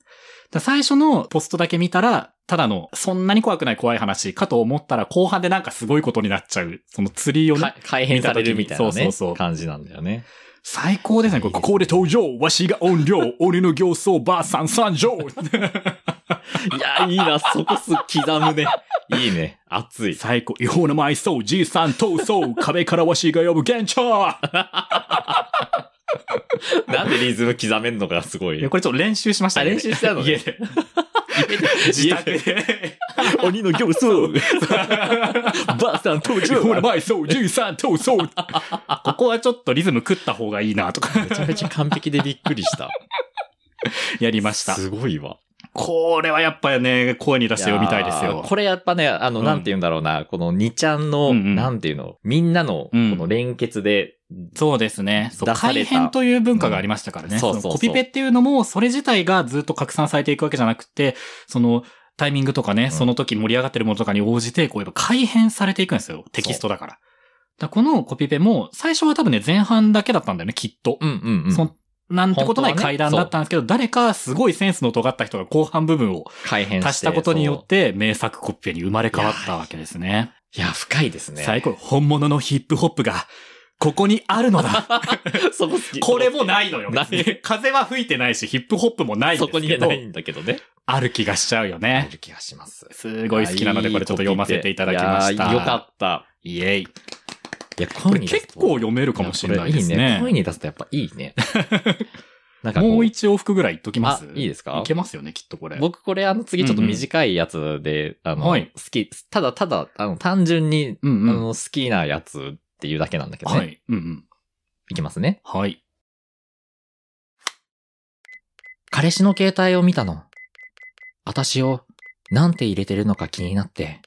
[SPEAKER 3] ら最初のポストだけ見たら、ただの、そんなに怖くない怖い話かと思ったら、後半でなんかすごいことになっちゃう、そのツリー
[SPEAKER 2] そう
[SPEAKER 3] をね
[SPEAKER 2] か、改変されるみたいなね
[SPEAKER 3] そうそうそう
[SPEAKER 2] 感じなんだよね。
[SPEAKER 3] 最高ですね、これ。
[SPEAKER 1] ここで登場わしが音量俺の形相ばあさん参
[SPEAKER 2] い
[SPEAKER 1] 上
[SPEAKER 2] や、いいな、そこす、刻むね。 いいね。熱い。
[SPEAKER 1] 最高違法な埋葬じいさん闘争壁からわしが呼ぶ幻聴
[SPEAKER 2] なんでリズム刻めんのがすごい。
[SPEAKER 3] いやこれちょっと練習しました
[SPEAKER 2] あ
[SPEAKER 3] ね。
[SPEAKER 2] 練習したのね
[SPEAKER 3] 家で。自宅で。
[SPEAKER 2] 鬼の行数 ばあさん登
[SPEAKER 1] 違法
[SPEAKER 2] 場
[SPEAKER 1] な埋葬じいさん闘争
[SPEAKER 3] ここはちょっとリズム食った方がいいなとか
[SPEAKER 2] めちゃめちゃ完璧でびっくりした。
[SPEAKER 3] やりました。
[SPEAKER 2] すごいわ。
[SPEAKER 3] これはやっぱね、声に出して読みたいです
[SPEAKER 2] やー
[SPEAKER 3] よ。
[SPEAKER 2] これやっぱね、あの、
[SPEAKER 3] うん
[SPEAKER 2] なんて言うんだろうな、この2ちゃんの、
[SPEAKER 3] うんうん
[SPEAKER 2] なんていうの、みんなの、こ
[SPEAKER 3] うん
[SPEAKER 2] の連結で、
[SPEAKER 3] そうですね。そう
[SPEAKER 2] 出さ
[SPEAKER 3] 改
[SPEAKER 2] れた
[SPEAKER 3] 変という文化がありましたから
[SPEAKER 2] う
[SPEAKER 3] ね。
[SPEAKER 2] んそうそう
[SPEAKER 3] そ
[SPEAKER 2] そう
[SPEAKER 3] のコピペっていうのも、それ自体がずっと拡散されていくわけじゃなくて、その、タイミングとかね、その時盛り上がってるものとかに応じて、こうやっぱ改変されていくんですよ。テキストだから。だからこのコピペも、最初は多分ね、前半だけだったんだよね、きっと。
[SPEAKER 2] うんうんう
[SPEAKER 3] そ
[SPEAKER 2] ん。
[SPEAKER 3] んなんてことない
[SPEAKER 2] 本当は
[SPEAKER 3] 階
[SPEAKER 2] ね
[SPEAKER 3] 段だったんですけど、誰かすごいセンスの尖った人が後半部分を
[SPEAKER 2] 改変して。
[SPEAKER 3] 足したことによっ
[SPEAKER 2] そ
[SPEAKER 3] て名作コピペに生まれ変わったわけですね。
[SPEAKER 2] う。いや、深いですね。
[SPEAKER 3] 最 高、本物のヒップホップが、ここにあるのだ。
[SPEAKER 2] そこ好き。
[SPEAKER 3] これもないのよ。
[SPEAKER 2] ない
[SPEAKER 3] 別に風は吹いてないし、ヒップホップもないんです
[SPEAKER 2] そ
[SPEAKER 3] け
[SPEAKER 2] こ
[SPEAKER 3] ど、
[SPEAKER 2] にないんだけどね。
[SPEAKER 3] ある気がしちゃうよ
[SPEAKER 2] あ
[SPEAKER 3] ね。
[SPEAKER 2] る気がします。
[SPEAKER 3] すごい好きなので、これちょっと読ませていただきました。
[SPEAKER 2] いやーよかった。
[SPEAKER 3] イエイ。
[SPEAKER 2] いや、
[SPEAKER 3] こ
[SPEAKER 2] 声
[SPEAKER 3] れ
[SPEAKER 2] に出す
[SPEAKER 3] 結
[SPEAKER 2] と
[SPEAKER 3] 構読めるかもしれないです
[SPEAKER 2] やこれいい
[SPEAKER 3] ね。
[SPEAKER 2] ね。声に出すとやっぱいい ね。なんかこ
[SPEAKER 3] もう一往復ぐらいいっときます
[SPEAKER 2] あいいですか
[SPEAKER 3] いけますよね、きっとこれ。
[SPEAKER 2] 僕これあの次ちょっと短いやつで、あの、
[SPEAKER 3] はい
[SPEAKER 2] 好き、ただただ、あの、単純に、
[SPEAKER 3] うんうん
[SPEAKER 2] あの、好きなやつっていうだけなんだけどね。、
[SPEAKER 3] はいい。うんうん。
[SPEAKER 2] きますね。
[SPEAKER 3] はい。
[SPEAKER 2] 彼氏の携帯を見たの。私を、なんて入れてるのか気になって。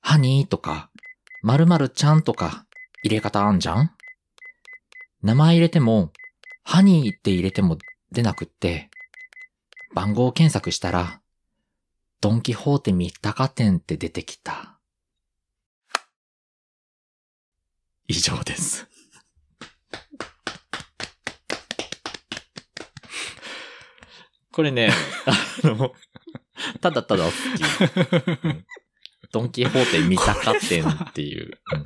[SPEAKER 2] ハニーとか、〇〇ちゃんとか、入れ方あんじゃん名前入れても、ハニーって入れても出なくって、番号検索したら、ドンキホーテ三鷹店って出てきた。
[SPEAKER 3] 以上 です。
[SPEAKER 2] これ ね、あの、ただただ好 き。うんドンキホーテ三鷹店っていう。うん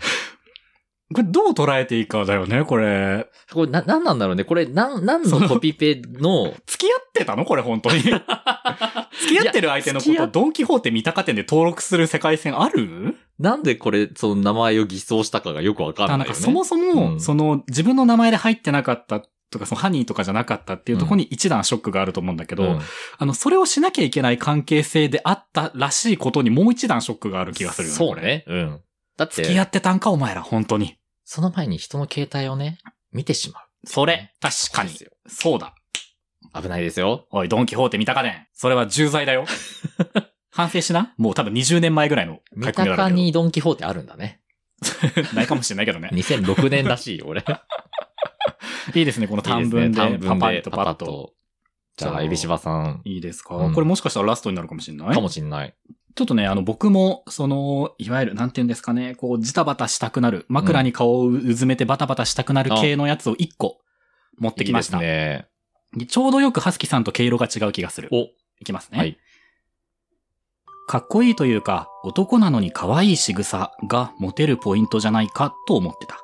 [SPEAKER 3] これどう捉えていいかだよね、これ。
[SPEAKER 2] これな、なんなんだろうね。これ、なん、なんのコピペの、
[SPEAKER 3] 付き合ってたのこれ本当に。付き合ってる相手のこ
[SPEAKER 2] いや付き合
[SPEAKER 3] と、
[SPEAKER 2] っ
[SPEAKER 3] ドン・キホーテ三鷹店で登録する世界線ある
[SPEAKER 2] なんでこれ、その名前を偽装したかがよくわかん
[SPEAKER 3] あ
[SPEAKER 2] ない
[SPEAKER 3] なん
[SPEAKER 2] よ、ね。
[SPEAKER 3] かそもそも、
[SPEAKER 2] うん
[SPEAKER 3] その自分の名前で入ってなかったとか、そのハニーとかじゃなかったっていうところに一段ショックがあると思うんだけど、
[SPEAKER 2] うん
[SPEAKER 3] あの、それをしなきゃいけない関係性であったらしいことにもう一段ショックがある気がするよね。
[SPEAKER 2] そう
[SPEAKER 3] これ。
[SPEAKER 2] ね。うん。だっ
[SPEAKER 3] 付き合っ
[SPEAKER 2] て、
[SPEAKER 3] てたんか、お前ら、本当に。
[SPEAKER 2] その前に人の携帯をね、見てしまう。
[SPEAKER 3] それ、確かに
[SPEAKER 2] そうですよ。
[SPEAKER 3] そうだ。
[SPEAKER 2] 危ないですよ。
[SPEAKER 3] おい、ドン・キホーテ三鷹店。それは重罪だ よ。反省しな。もう多分20年前ぐらいの
[SPEAKER 2] 三
[SPEAKER 3] 書き込みだろ
[SPEAKER 2] 鷹
[SPEAKER 3] うけど
[SPEAKER 2] にドンキホーテあるんだね。
[SPEAKER 3] ないかもしれないけどね。
[SPEAKER 2] 2006年らしいよ、俺。
[SPEAKER 3] いいですね、この 短文で、
[SPEAKER 2] 短
[SPEAKER 3] パ
[SPEAKER 2] 文
[SPEAKER 3] パ
[SPEAKER 2] で
[SPEAKER 3] ッとパッ
[SPEAKER 2] パパッ
[SPEAKER 3] と。
[SPEAKER 2] と。じゃあ、エビシバさん
[SPEAKER 3] いいですか、
[SPEAKER 2] うん
[SPEAKER 3] これもしかしたらラストになるかもしれない
[SPEAKER 2] かもしんない。
[SPEAKER 3] ちょっとね、あの、僕も、その、いわゆる、なんて言うんですかね、こう、ジタバタしたくなる、枕に顔をうずめてバタバタしたくなる系のやつを1個持ってきました。
[SPEAKER 2] いいで
[SPEAKER 3] ちょうどよくハスキさんと毛色が違う気がする。
[SPEAKER 2] すね。
[SPEAKER 3] いきます
[SPEAKER 2] お、
[SPEAKER 3] ね。
[SPEAKER 2] はい。
[SPEAKER 3] かっこいいというか、男なのに可愛い仕草がモテるポイントじゃないかと思ってた。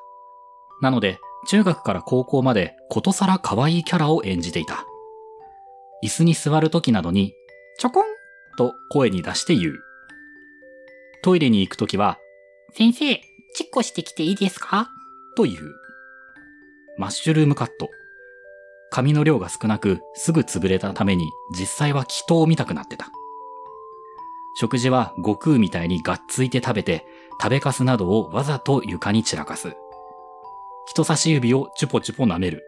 [SPEAKER 3] なので、中学から高校までことさら可愛いキャラを演じていた。椅子に座る時などに、ちょこんと声に出して言う。トイレに行く時は、先生、チッコしてきていいですかと言う。マッシュルームカット。髪の量が少なく、すぐ潰れたために、実際は祈祷を見たくなってた。食事は悟空みたいにがっついて食べて、食べかすなどをわざと床に散らかす。人差し指をチュポチュポ舐める。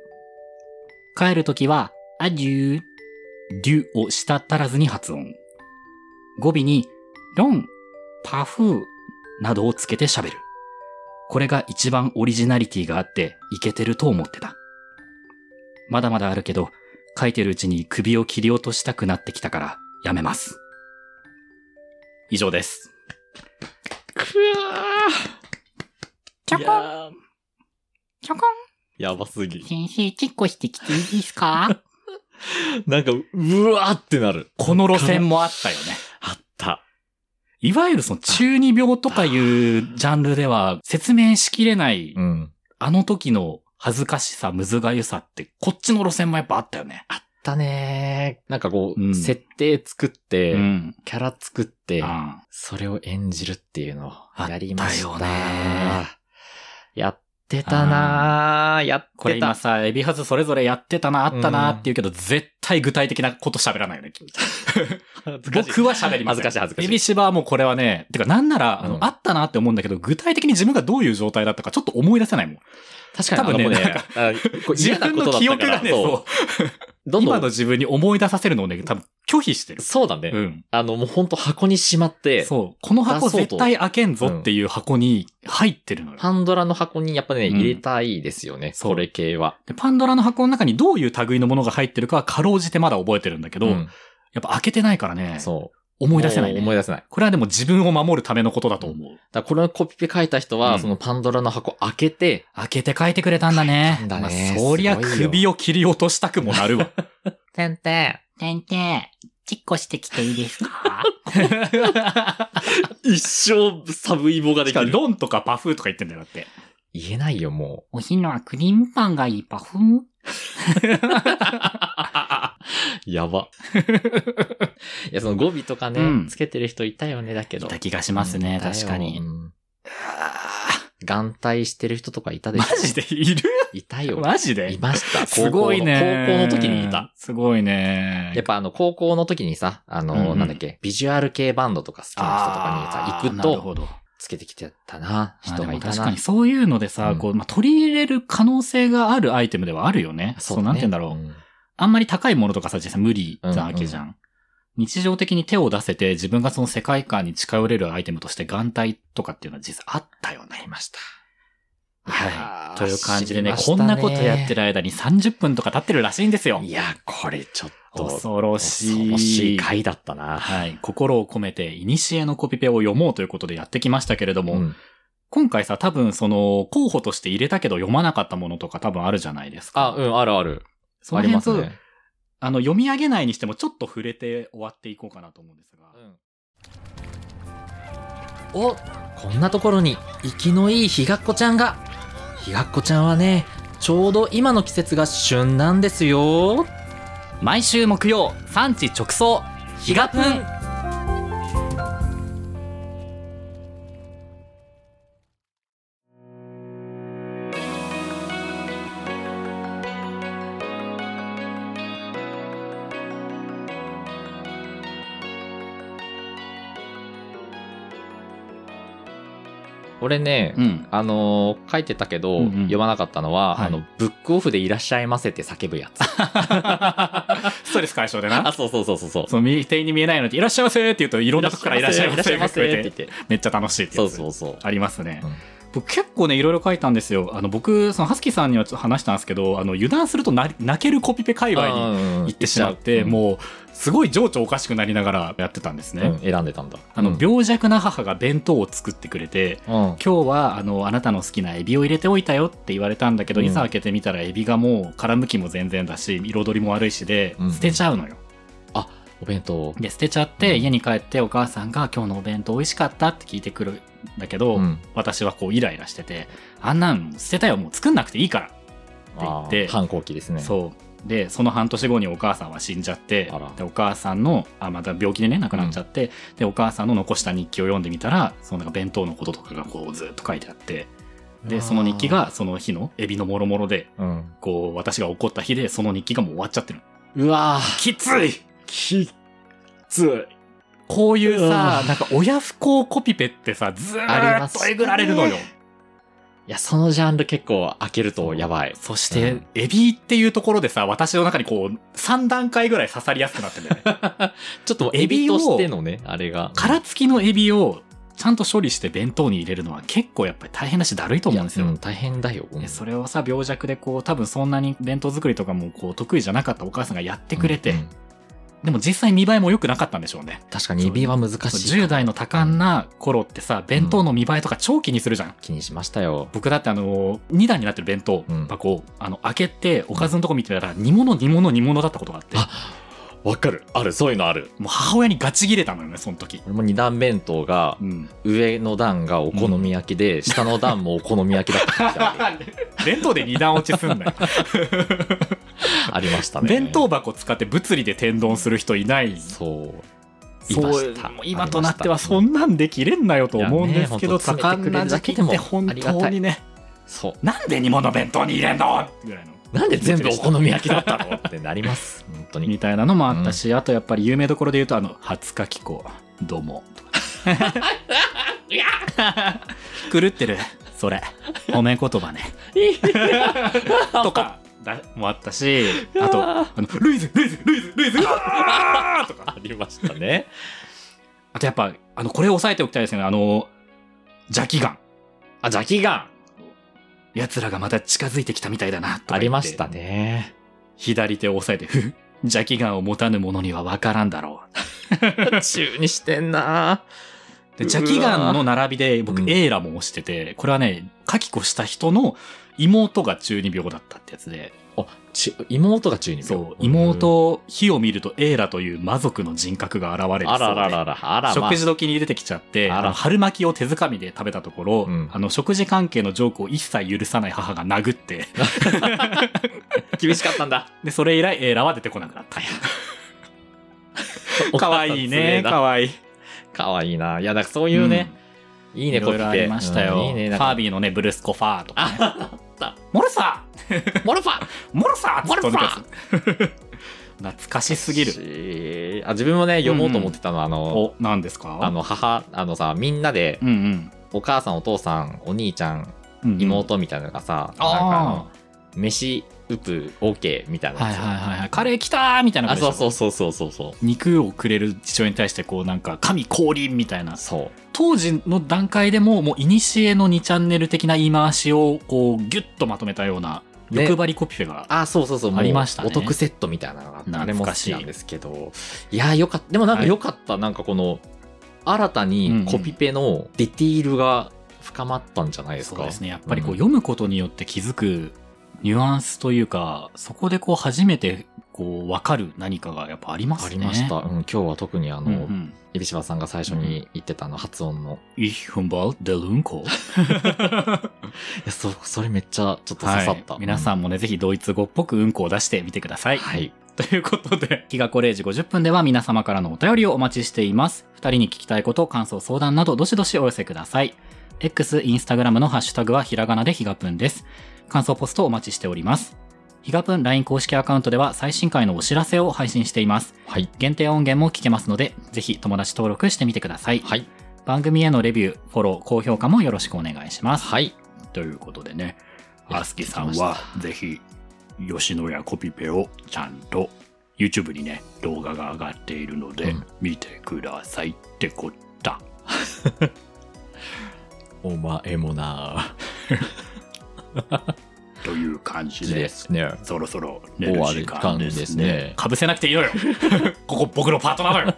[SPEAKER 3] 帰るときは、アデュー、デュを舌足らずに発音。語尾に、ロン、パフーなどをつけて喋る。これが一番オリジナリティがあって、いけてると思ってた。まだまだあるけど、書いてるうちに首を切り落としたくなってきたから、やめます。以上です。
[SPEAKER 7] ちょこん、ちょこん、
[SPEAKER 2] やばすぎ。
[SPEAKER 7] 先生、チェッコしてきていいですか
[SPEAKER 2] なんか、うわーってなる。
[SPEAKER 3] この路線もあったよね。
[SPEAKER 2] あった。
[SPEAKER 3] いわゆるその中二病とかいうジャンルでは説明しきれない、
[SPEAKER 2] うん。
[SPEAKER 3] あの時の恥ずかしさ、むずがゆさって、こっちの路線もやっぱあったよね。
[SPEAKER 2] あったねー。なんかこう、
[SPEAKER 3] うん
[SPEAKER 2] 設定作って、
[SPEAKER 3] ん。
[SPEAKER 2] キャラ作って、
[SPEAKER 3] あ
[SPEAKER 2] それを演じるっていうのをやりました。
[SPEAKER 3] あったよね
[SPEAKER 2] やってたなーやってた。
[SPEAKER 3] これ今さ、エビハズそれぞれやってたな、あったなっていうけど、絶対具体的なこと喋らないよね。
[SPEAKER 2] 恥ずかしい
[SPEAKER 3] 僕は喋ります。
[SPEAKER 2] 恥ずかしい恥ずかしい
[SPEAKER 3] エビシバはもうこれはね、てかなんなら、あの、
[SPEAKER 2] うん
[SPEAKER 3] あったなって思うんだけど、具体的に自分がどういう状態だったかちょっと思い出せないもん。
[SPEAKER 2] 確かに
[SPEAKER 3] 多分ね
[SPEAKER 2] あのもう
[SPEAKER 3] なんか
[SPEAKER 2] あこう
[SPEAKER 3] 自
[SPEAKER 2] 嫌な
[SPEAKER 3] 分
[SPEAKER 2] こと
[SPEAKER 3] の
[SPEAKER 2] だっ
[SPEAKER 3] 記
[SPEAKER 2] た
[SPEAKER 3] 憶
[SPEAKER 2] から
[SPEAKER 3] がね、
[SPEAKER 2] そう
[SPEAKER 3] そう。
[SPEAKER 2] どんど
[SPEAKER 3] 今の
[SPEAKER 2] ん、
[SPEAKER 3] 自分に思い出させるのをね、多分拒否してる。
[SPEAKER 2] そうだね。
[SPEAKER 3] うん。
[SPEAKER 2] あの、もうほんと箱にしまって、
[SPEAKER 3] そう。この箱
[SPEAKER 2] 出そうと
[SPEAKER 3] 絶対開けんぞっていう箱に入ってるのよ。
[SPEAKER 2] パンドラの箱にやっぱね、
[SPEAKER 3] うん
[SPEAKER 2] 入れたいですよね、
[SPEAKER 3] そう
[SPEAKER 2] それ系は。
[SPEAKER 3] でパンドラの箱の中にどういう類のものが入ってるかはかろうじてまだ覚えてるんだけど、
[SPEAKER 2] うん
[SPEAKER 3] やっぱ開けてないからね、
[SPEAKER 2] そう。
[SPEAKER 3] 思い出せない、
[SPEAKER 2] も
[SPEAKER 3] ね。
[SPEAKER 2] う思い出せない。だか
[SPEAKER 3] これはでも自分を守るためのことだと思う。
[SPEAKER 2] らこれのコピペ書いた人は、
[SPEAKER 3] うん
[SPEAKER 2] そのパンドラの箱開けて、
[SPEAKER 3] 開けて書いてくれたんだね。
[SPEAKER 2] 書いたんだね
[SPEAKER 3] まあそりゃ
[SPEAKER 2] すごい
[SPEAKER 3] 首を
[SPEAKER 2] よ
[SPEAKER 3] 切り落としたくもなるわ。
[SPEAKER 7] 先生、先生、チェッコしてきていいですか
[SPEAKER 2] 一生サブイボが
[SPEAKER 3] しかも。ロンとかパフーとか言ってんだよ、だって。
[SPEAKER 2] 言えないよ、も
[SPEAKER 7] お昼はクリームパンがいいパフン
[SPEAKER 2] う。 やば。いや、その語尾とかね、
[SPEAKER 3] うん
[SPEAKER 2] つけてる人いたよね、だけど。
[SPEAKER 3] 気がしますね
[SPEAKER 2] いたよ。うん眼帯してる人とかいたでし
[SPEAKER 3] マ
[SPEAKER 2] ょ
[SPEAKER 3] ジでいる
[SPEAKER 2] いたよ。
[SPEAKER 3] マジで
[SPEAKER 2] いまし た。
[SPEAKER 3] すごいね。
[SPEAKER 2] 高校の高校の時にいた。。
[SPEAKER 3] すごいね。
[SPEAKER 2] やっぱあの、高校の時にさ、あの、
[SPEAKER 3] うんうん
[SPEAKER 2] なんだっけ、ビジュアル系バンドとか好きな人と
[SPEAKER 3] あ
[SPEAKER 2] か
[SPEAKER 3] ー
[SPEAKER 2] にさ、
[SPEAKER 3] なる
[SPEAKER 2] 行
[SPEAKER 3] ほ
[SPEAKER 2] くと、
[SPEAKER 3] ど。
[SPEAKER 2] つけてきてたな、
[SPEAKER 3] まあ
[SPEAKER 2] 人がい
[SPEAKER 3] でも
[SPEAKER 2] た
[SPEAKER 3] 確か
[SPEAKER 2] な
[SPEAKER 3] に。そういうのでさ、
[SPEAKER 2] うん
[SPEAKER 3] こう、まあ、取り入れる可能性があるアイテムではあるよね。そう,、
[SPEAKER 2] だね
[SPEAKER 3] なんて言うんだろう、
[SPEAKER 2] ん
[SPEAKER 3] あんまり高いものとかさ、実際無理なわけじゃん。
[SPEAKER 2] う
[SPEAKER 3] 日常的に手を出せて自分がその世界観に近寄れるアイテムとして眼帯とかっていうのは実際あったよね。ありました。はい
[SPEAKER 2] やー
[SPEAKER 3] い。という感じでね
[SPEAKER 2] 知りました
[SPEAKER 3] こんなことやってる間に30分とか経ってるらしいんですよ。
[SPEAKER 2] いや、これちょっと、
[SPEAKER 3] 恐ろしい。
[SPEAKER 2] 恐ろしい回だったな。
[SPEAKER 3] はい。心を込めて、古のコピペを読もうということでやってきましたけれども、
[SPEAKER 2] うん
[SPEAKER 3] 今回さ、多分その、候補として入れたけど読まなかったものとか多分あるじゃないですか。
[SPEAKER 2] あ、うん、あるある。
[SPEAKER 3] そ
[SPEAKER 2] あ
[SPEAKER 3] の
[SPEAKER 2] り
[SPEAKER 3] 辺と、
[SPEAKER 2] ますね。
[SPEAKER 3] あの、読み上げないにしてもちょっと触れて終わっていこうかなと思うんですが。
[SPEAKER 2] おこんなところに生きのいいひがっこちゃんがひがっこちゃんはねちょうど今の季節が旬なんですよ
[SPEAKER 3] 毎週木曜、産地直送、ひがぷん
[SPEAKER 2] 俺ね、
[SPEAKER 3] うん。
[SPEAKER 2] あのー書いてたけど、
[SPEAKER 3] うんうん
[SPEAKER 2] 読まなかったのは、
[SPEAKER 3] はい
[SPEAKER 2] あのブックオフでいらっしゃいませって叫ぶやつ
[SPEAKER 3] ストレス解消で
[SPEAKER 2] あ
[SPEAKER 3] な。
[SPEAKER 2] そうそうそうそう そう
[SPEAKER 3] その、見店員に見えないのに、いらっしゃいませって言うといろんなとこからいらっしゃいませって
[SPEAKER 2] いらっしゃいませ
[SPEAKER 3] 聞こえてめっちゃ楽しいって
[SPEAKER 2] そ
[SPEAKER 3] や
[SPEAKER 2] う
[SPEAKER 3] つ。
[SPEAKER 2] そうそう
[SPEAKER 3] ありますね。
[SPEAKER 2] うん
[SPEAKER 3] 僕結構ねいろいろ書いたんですよあの僕そのハスキーさんにはちょっと話したんですけどあの油断するとな泣けるコピペ界隈に
[SPEAKER 2] 行
[SPEAKER 3] 行ってしまって、
[SPEAKER 2] うん
[SPEAKER 3] もうすごい情緒おかしくなりながらやってたんですね、
[SPEAKER 2] うん選んでたんだ。
[SPEAKER 3] あの
[SPEAKER 2] うん
[SPEAKER 3] 病弱な母が弁当を作ってくれて、
[SPEAKER 2] うん
[SPEAKER 3] 今日はあのあなたの好きなエビを入れておいたよって言われたんだけど、
[SPEAKER 2] うん
[SPEAKER 3] いざ開けてみたらエビがもう殻むきも全然だし彩りも悪いしで
[SPEAKER 2] うん
[SPEAKER 3] 捨てちゃうのよ、
[SPEAKER 2] お弁当を。
[SPEAKER 3] で捨てちゃって
[SPEAKER 2] うん
[SPEAKER 3] 家に帰ってお母さんが「今日のお弁当美味しかった?」って聞いてくるんだけど、
[SPEAKER 2] うん
[SPEAKER 3] 私はこうイライラしてて「あんなん捨てたよもう作んなくていいから」って言
[SPEAKER 2] あ
[SPEAKER 3] って
[SPEAKER 2] ー反抗期ですね。
[SPEAKER 3] そうでその半年後にお母さんは死んじゃって
[SPEAKER 2] あら
[SPEAKER 3] でお母さんのあまた病気でね亡くなっちゃって、でお母さんの残した日記を読んでみたらそのなんか弁当のこととかがこうずっと書いてあって
[SPEAKER 2] あ
[SPEAKER 3] で
[SPEAKER 2] ー
[SPEAKER 3] その日記。がその日のエビのもろもろで
[SPEAKER 2] うん。
[SPEAKER 3] こう私が怒った日でその日記がもう終わっちゃってる
[SPEAKER 2] うわ
[SPEAKER 3] きつい
[SPEAKER 2] きつい。
[SPEAKER 3] こういう
[SPEAKER 2] う
[SPEAKER 3] さ
[SPEAKER 2] わ
[SPEAKER 3] なんか親不孝コピペってさず
[SPEAKER 2] あり
[SPEAKER 3] ー
[SPEAKER 2] ま
[SPEAKER 3] っ
[SPEAKER 2] す
[SPEAKER 3] とえぐられるのよ
[SPEAKER 2] いや、そのジャンル結構開けるとやばい。
[SPEAKER 3] そして、
[SPEAKER 2] うん
[SPEAKER 3] エビっていうところでさ私の中にこう3段階ぐらい刺さりやすくなってんだ よね
[SPEAKER 2] ちょっと
[SPEAKER 3] エ
[SPEAKER 2] エ
[SPEAKER 3] ビ
[SPEAKER 2] ビ
[SPEAKER 3] を
[SPEAKER 2] としてのね、あれが。
[SPEAKER 3] 殻付きのエビをちゃんと処理して弁当に入れるのは結構やっぱり大変だしだるいと思うんですよ。
[SPEAKER 2] ん大変だよ。うん
[SPEAKER 3] でそれをさ病弱でこう多分そんなに弁当作りとかもこう得意じゃなかったお母さんがやってくれて、
[SPEAKER 2] うん
[SPEAKER 3] でも実際見栄えも良くなかったんでしょうね
[SPEAKER 2] 確かにエビは難しい。
[SPEAKER 3] 10代の多感な頃ってさ弁当の見栄えとか超気にするじゃん、
[SPEAKER 2] 気にしましたよ。
[SPEAKER 3] 僕だってあの2段になってる弁当
[SPEAKER 2] うん
[SPEAKER 3] 箱を、あの開けておかずのとこ見てたら煮物煮物煮物だったことがあって
[SPEAKER 2] あわかる。ある、そういうのある。
[SPEAKER 3] もう母親にガチ切れたのよねその時、
[SPEAKER 2] 俺も二段弁当が、
[SPEAKER 3] うん、
[SPEAKER 2] 上の段がお好み焼き で、下の段もお好み焼きだった時ある
[SPEAKER 3] 弁当で2段落ちすんだよ
[SPEAKER 2] ありましたね。
[SPEAKER 3] 弁当箱使って物理で天丼する人いない
[SPEAKER 2] そう。
[SPEAKER 3] そう
[SPEAKER 2] いました
[SPEAKER 3] もう今となってはそんなんできれんなよと思うんですけ
[SPEAKER 2] い
[SPEAKER 3] ど
[SPEAKER 2] やね
[SPEAKER 3] 多感な時期って本当にね
[SPEAKER 2] そう。
[SPEAKER 3] なんで煮物弁当に入れんのぐらいの
[SPEAKER 2] なんで全部お好み焼きだったのってなり ます。本当に。
[SPEAKER 3] みたいなのもあったし、あとやっぱり有名どころで言うとあの「初夏紀行どうも」とか狂ってるそれ褒め言葉ねとかだもあったしあとあの「ルイズルイズルイズルイズ」あーとか
[SPEAKER 2] ありましたね。
[SPEAKER 3] あとやっぱ、あの、これ押さえておきたいですよね。あの、邪気眼。
[SPEAKER 2] あ、邪気眼
[SPEAKER 3] 奴らがまた近づいてきたみたいだな、とか言って
[SPEAKER 2] ありました。ね。
[SPEAKER 3] 左手を押さえて、ふっ邪気眼を持たぬ者には分からんだろ
[SPEAKER 2] 中にしてんな
[SPEAKER 3] う。で邪気眼の並びで、僕
[SPEAKER 2] う、ん
[SPEAKER 3] エーラも押してて、これはね、カキコした人の妹が中二病だったってやつで、
[SPEAKER 2] ち妹が中に
[SPEAKER 3] そう、妹、火を見るとエーラという魔族の人格が現れるそう
[SPEAKER 2] あ
[SPEAKER 3] で。
[SPEAKER 2] らららら、あら、まあ
[SPEAKER 3] 食事時に出てきちゃって、
[SPEAKER 2] あら
[SPEAKER 3] あの春巻きを手づかみで食べたところ、
[SPEAKER 2] うん
[SPEAKER 3] あの食事関係のジョークを一切許さない母が殴って、
[SPEAKER 2] 厳しかった んだ。
[SPEAKER 3] で、それ以来、エーラは出てこなくなった。かわいいね。か
[SPEAKER 2] か
[SPEAKER 3] わいい。
[SPEAKER 2] わいいな。いや、だからそういうね、いい
[SPEAKER 3] い
[SPEAKER 2] ね、
[SPEAKER 3] ろ
[SPEAKER 2] コ
[SPEAKER 3] い
[SPEAKER 2] ピ
[SPEAKER 3] ろあ
[SPEAKER 2] ペ。
[SPEAKER 3] りましたよ。
[SPEAKER 2] うんいいね、
[SPEAKER 3] フ
[SPEAKER 2] なん
[SPEAKER 3] ァー
[SPEAKER 2] か。
[SPEAKER 3] ビーのね、ブルスコファーとか、ね。
[SPEAKER 2] た
[SPEAKER 3] モルサ
[SPEAKER 2] モルファ
[SPEAKER 3] ーモルサー
[SPEAKER 2] モルファー
[SPEAKER 3] ー 懐かしすぎる。
[SPEAKER 2] る。あ、自分もね、読もうと思ってたのは、あの、
[SPEAKER 3] お、何ですか
[SPEAKER 2] あ、の、母、あのさ、みんなで、
[SPEAKER 3] うんうん
[SPEAKER 2] お母さん、お父さん、お兄ちゃん、
[SPEAKER 3] うんうん。
[SPEAKER 2] 妹みたいなのがさ、なんかあの
[SPEAKER 3] あ、
[SPEAKER 2] 飯、ウプ、オーケーみたい
[SPEAKER 3] あ。は
[SPEAKER 2] なや
[SPEAKER 3] い
[SPEAKER 2] つ。
[SPEAKER 3] はいはいはい。カレー来たーみたいな
[SPEAKER 2] あ、
[SPEAKER 3] 感じでし
[SPEAKER 2] そ
[SPEAKER 3] ょ
[SPEAKER 2] うそうそうそうそうそう。
[SPEAKER 3] 肉をくれる父親に対してこうなんか神降臨みたいな
[SPEAKER 2] そう。
[SPEAKER 3] 当時の段階でももう古の2チャンネル的な言い回しをこうギュッとまとめたような
[SPEAKER 2] ね
[SPEAKER 3] 欲張りコピペが、
[SPEAKER 2] あ、そうそうそう。もう
[SPEAKER 3] ありましたね
[SPEAKER 2] お得セットみたいなのがあって、あれ
[SPEAKER 3] 懐
[SPEAKER 2] も好
[SPEAKER 3] かしい
[SPEAKER 2] きなんですけど。いや、よかった。でもなんかよかった。なんかこの、新たにコピペのディティールが深まったんじゃないです
[SPEAKER 3] そう
[SPEAKER 2] か。
[SPEAKER 3] ですねやっぱりこう
[SPEAKER 2] うん
[SPEAKER 3] 読むことによって気づくニュアンスというかそこでこう初めてこう分かる何かがやっぱあります
[SPEAKER 2] あ
[SPEAKER 3] ね
[SPEAKER 2] りました。うん、今日は特にあ
[SPEAKER 3] う
[SPEAKER 2] の、
[SPEAKER 3] んうん
[SPEAKER 2] 指柴さんが最初に言ってたあの発音の。
[SPEAKER 3] 「イヒュンバル・デルンコ
[SPEAKER 2] いや、そう、それめっちゃちょっ」と刺さった。
[SPEAKER 3] はい皆さ
[SPEAKER 2] うん
[SPEAKER 3] もねぜひドイツ語っぽくうんこを出してみてください、
[SPEAKER 2] ん。はい。
[SPEAKER 3] ということで、日がコレージ50分では皆様からのお便りをお待ちしています。二人に聞きたいこと、感想、相談など、どしどしお寄せください。X、インスタグラムのハッシュタグはひらがなでひがぷんです。感想ポストお待ちしております。ひがぷん LINE 公式アカウントでは最新回のお知らせを配信しています。
[SPEAKER 2] はい。
[SPEAKER 3] 限定音源も聞けますので、ぜひ友達登録してみてください。
[SPEAKER 2] はい。
[SPEAKER 3] 番組へのレビュー、フォロー、高評価もよろしくお願いします。
[SPEAKER 2] はい。
[SPEAKER 1] ということでね、
[SPEAKER 2] や
[SPEAKER 1] アスキさんはぜひ、吉野家コピペをちゃんと YouTube にね、動画が上がっているので
[SPEAKER 2] うん、
[SPEAKER 1] 見てくださいってこった。
[SPEAKER 2] お前もな
[SPEAKER 1] という感じで、
[SPEAKER 2] ですね。
[SPEAKER 1] そろそろ寝
[SPEAKER 2] 終
[SPEAKER 1] る
[SPEAKER 2] わ
[SPEAKER 1] 時
[SPEAKER 2] る
[SPEAKER 1] 間
[SPEAKER 2] 感
[SPEAKER 1] で
[SPEAKER 2] ですす
[SPEAKER 1] ね。
[SPEAKER 2] ね。
[SPEAKER 3] かぶせなくていいの よここ僕のパートなのよ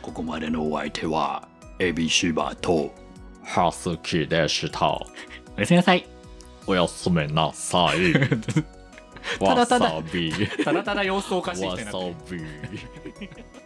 [SPEAKER 1] ここまでのお相手は、エビシバと、
[SPEAKER 2] ハスキーでした。
[SPEAKER 3] おやすみなさい
[SPEAKER 2] おやすみなさ い。
[SPEAKER 3] た
[SPEAKER 2] わ
[SPEAKER 3] だただ
[SPEAKER 2] さび。
[SPEAKER 3] ただただ様子をおかしい人になって
[SPEAKER 2] わさび。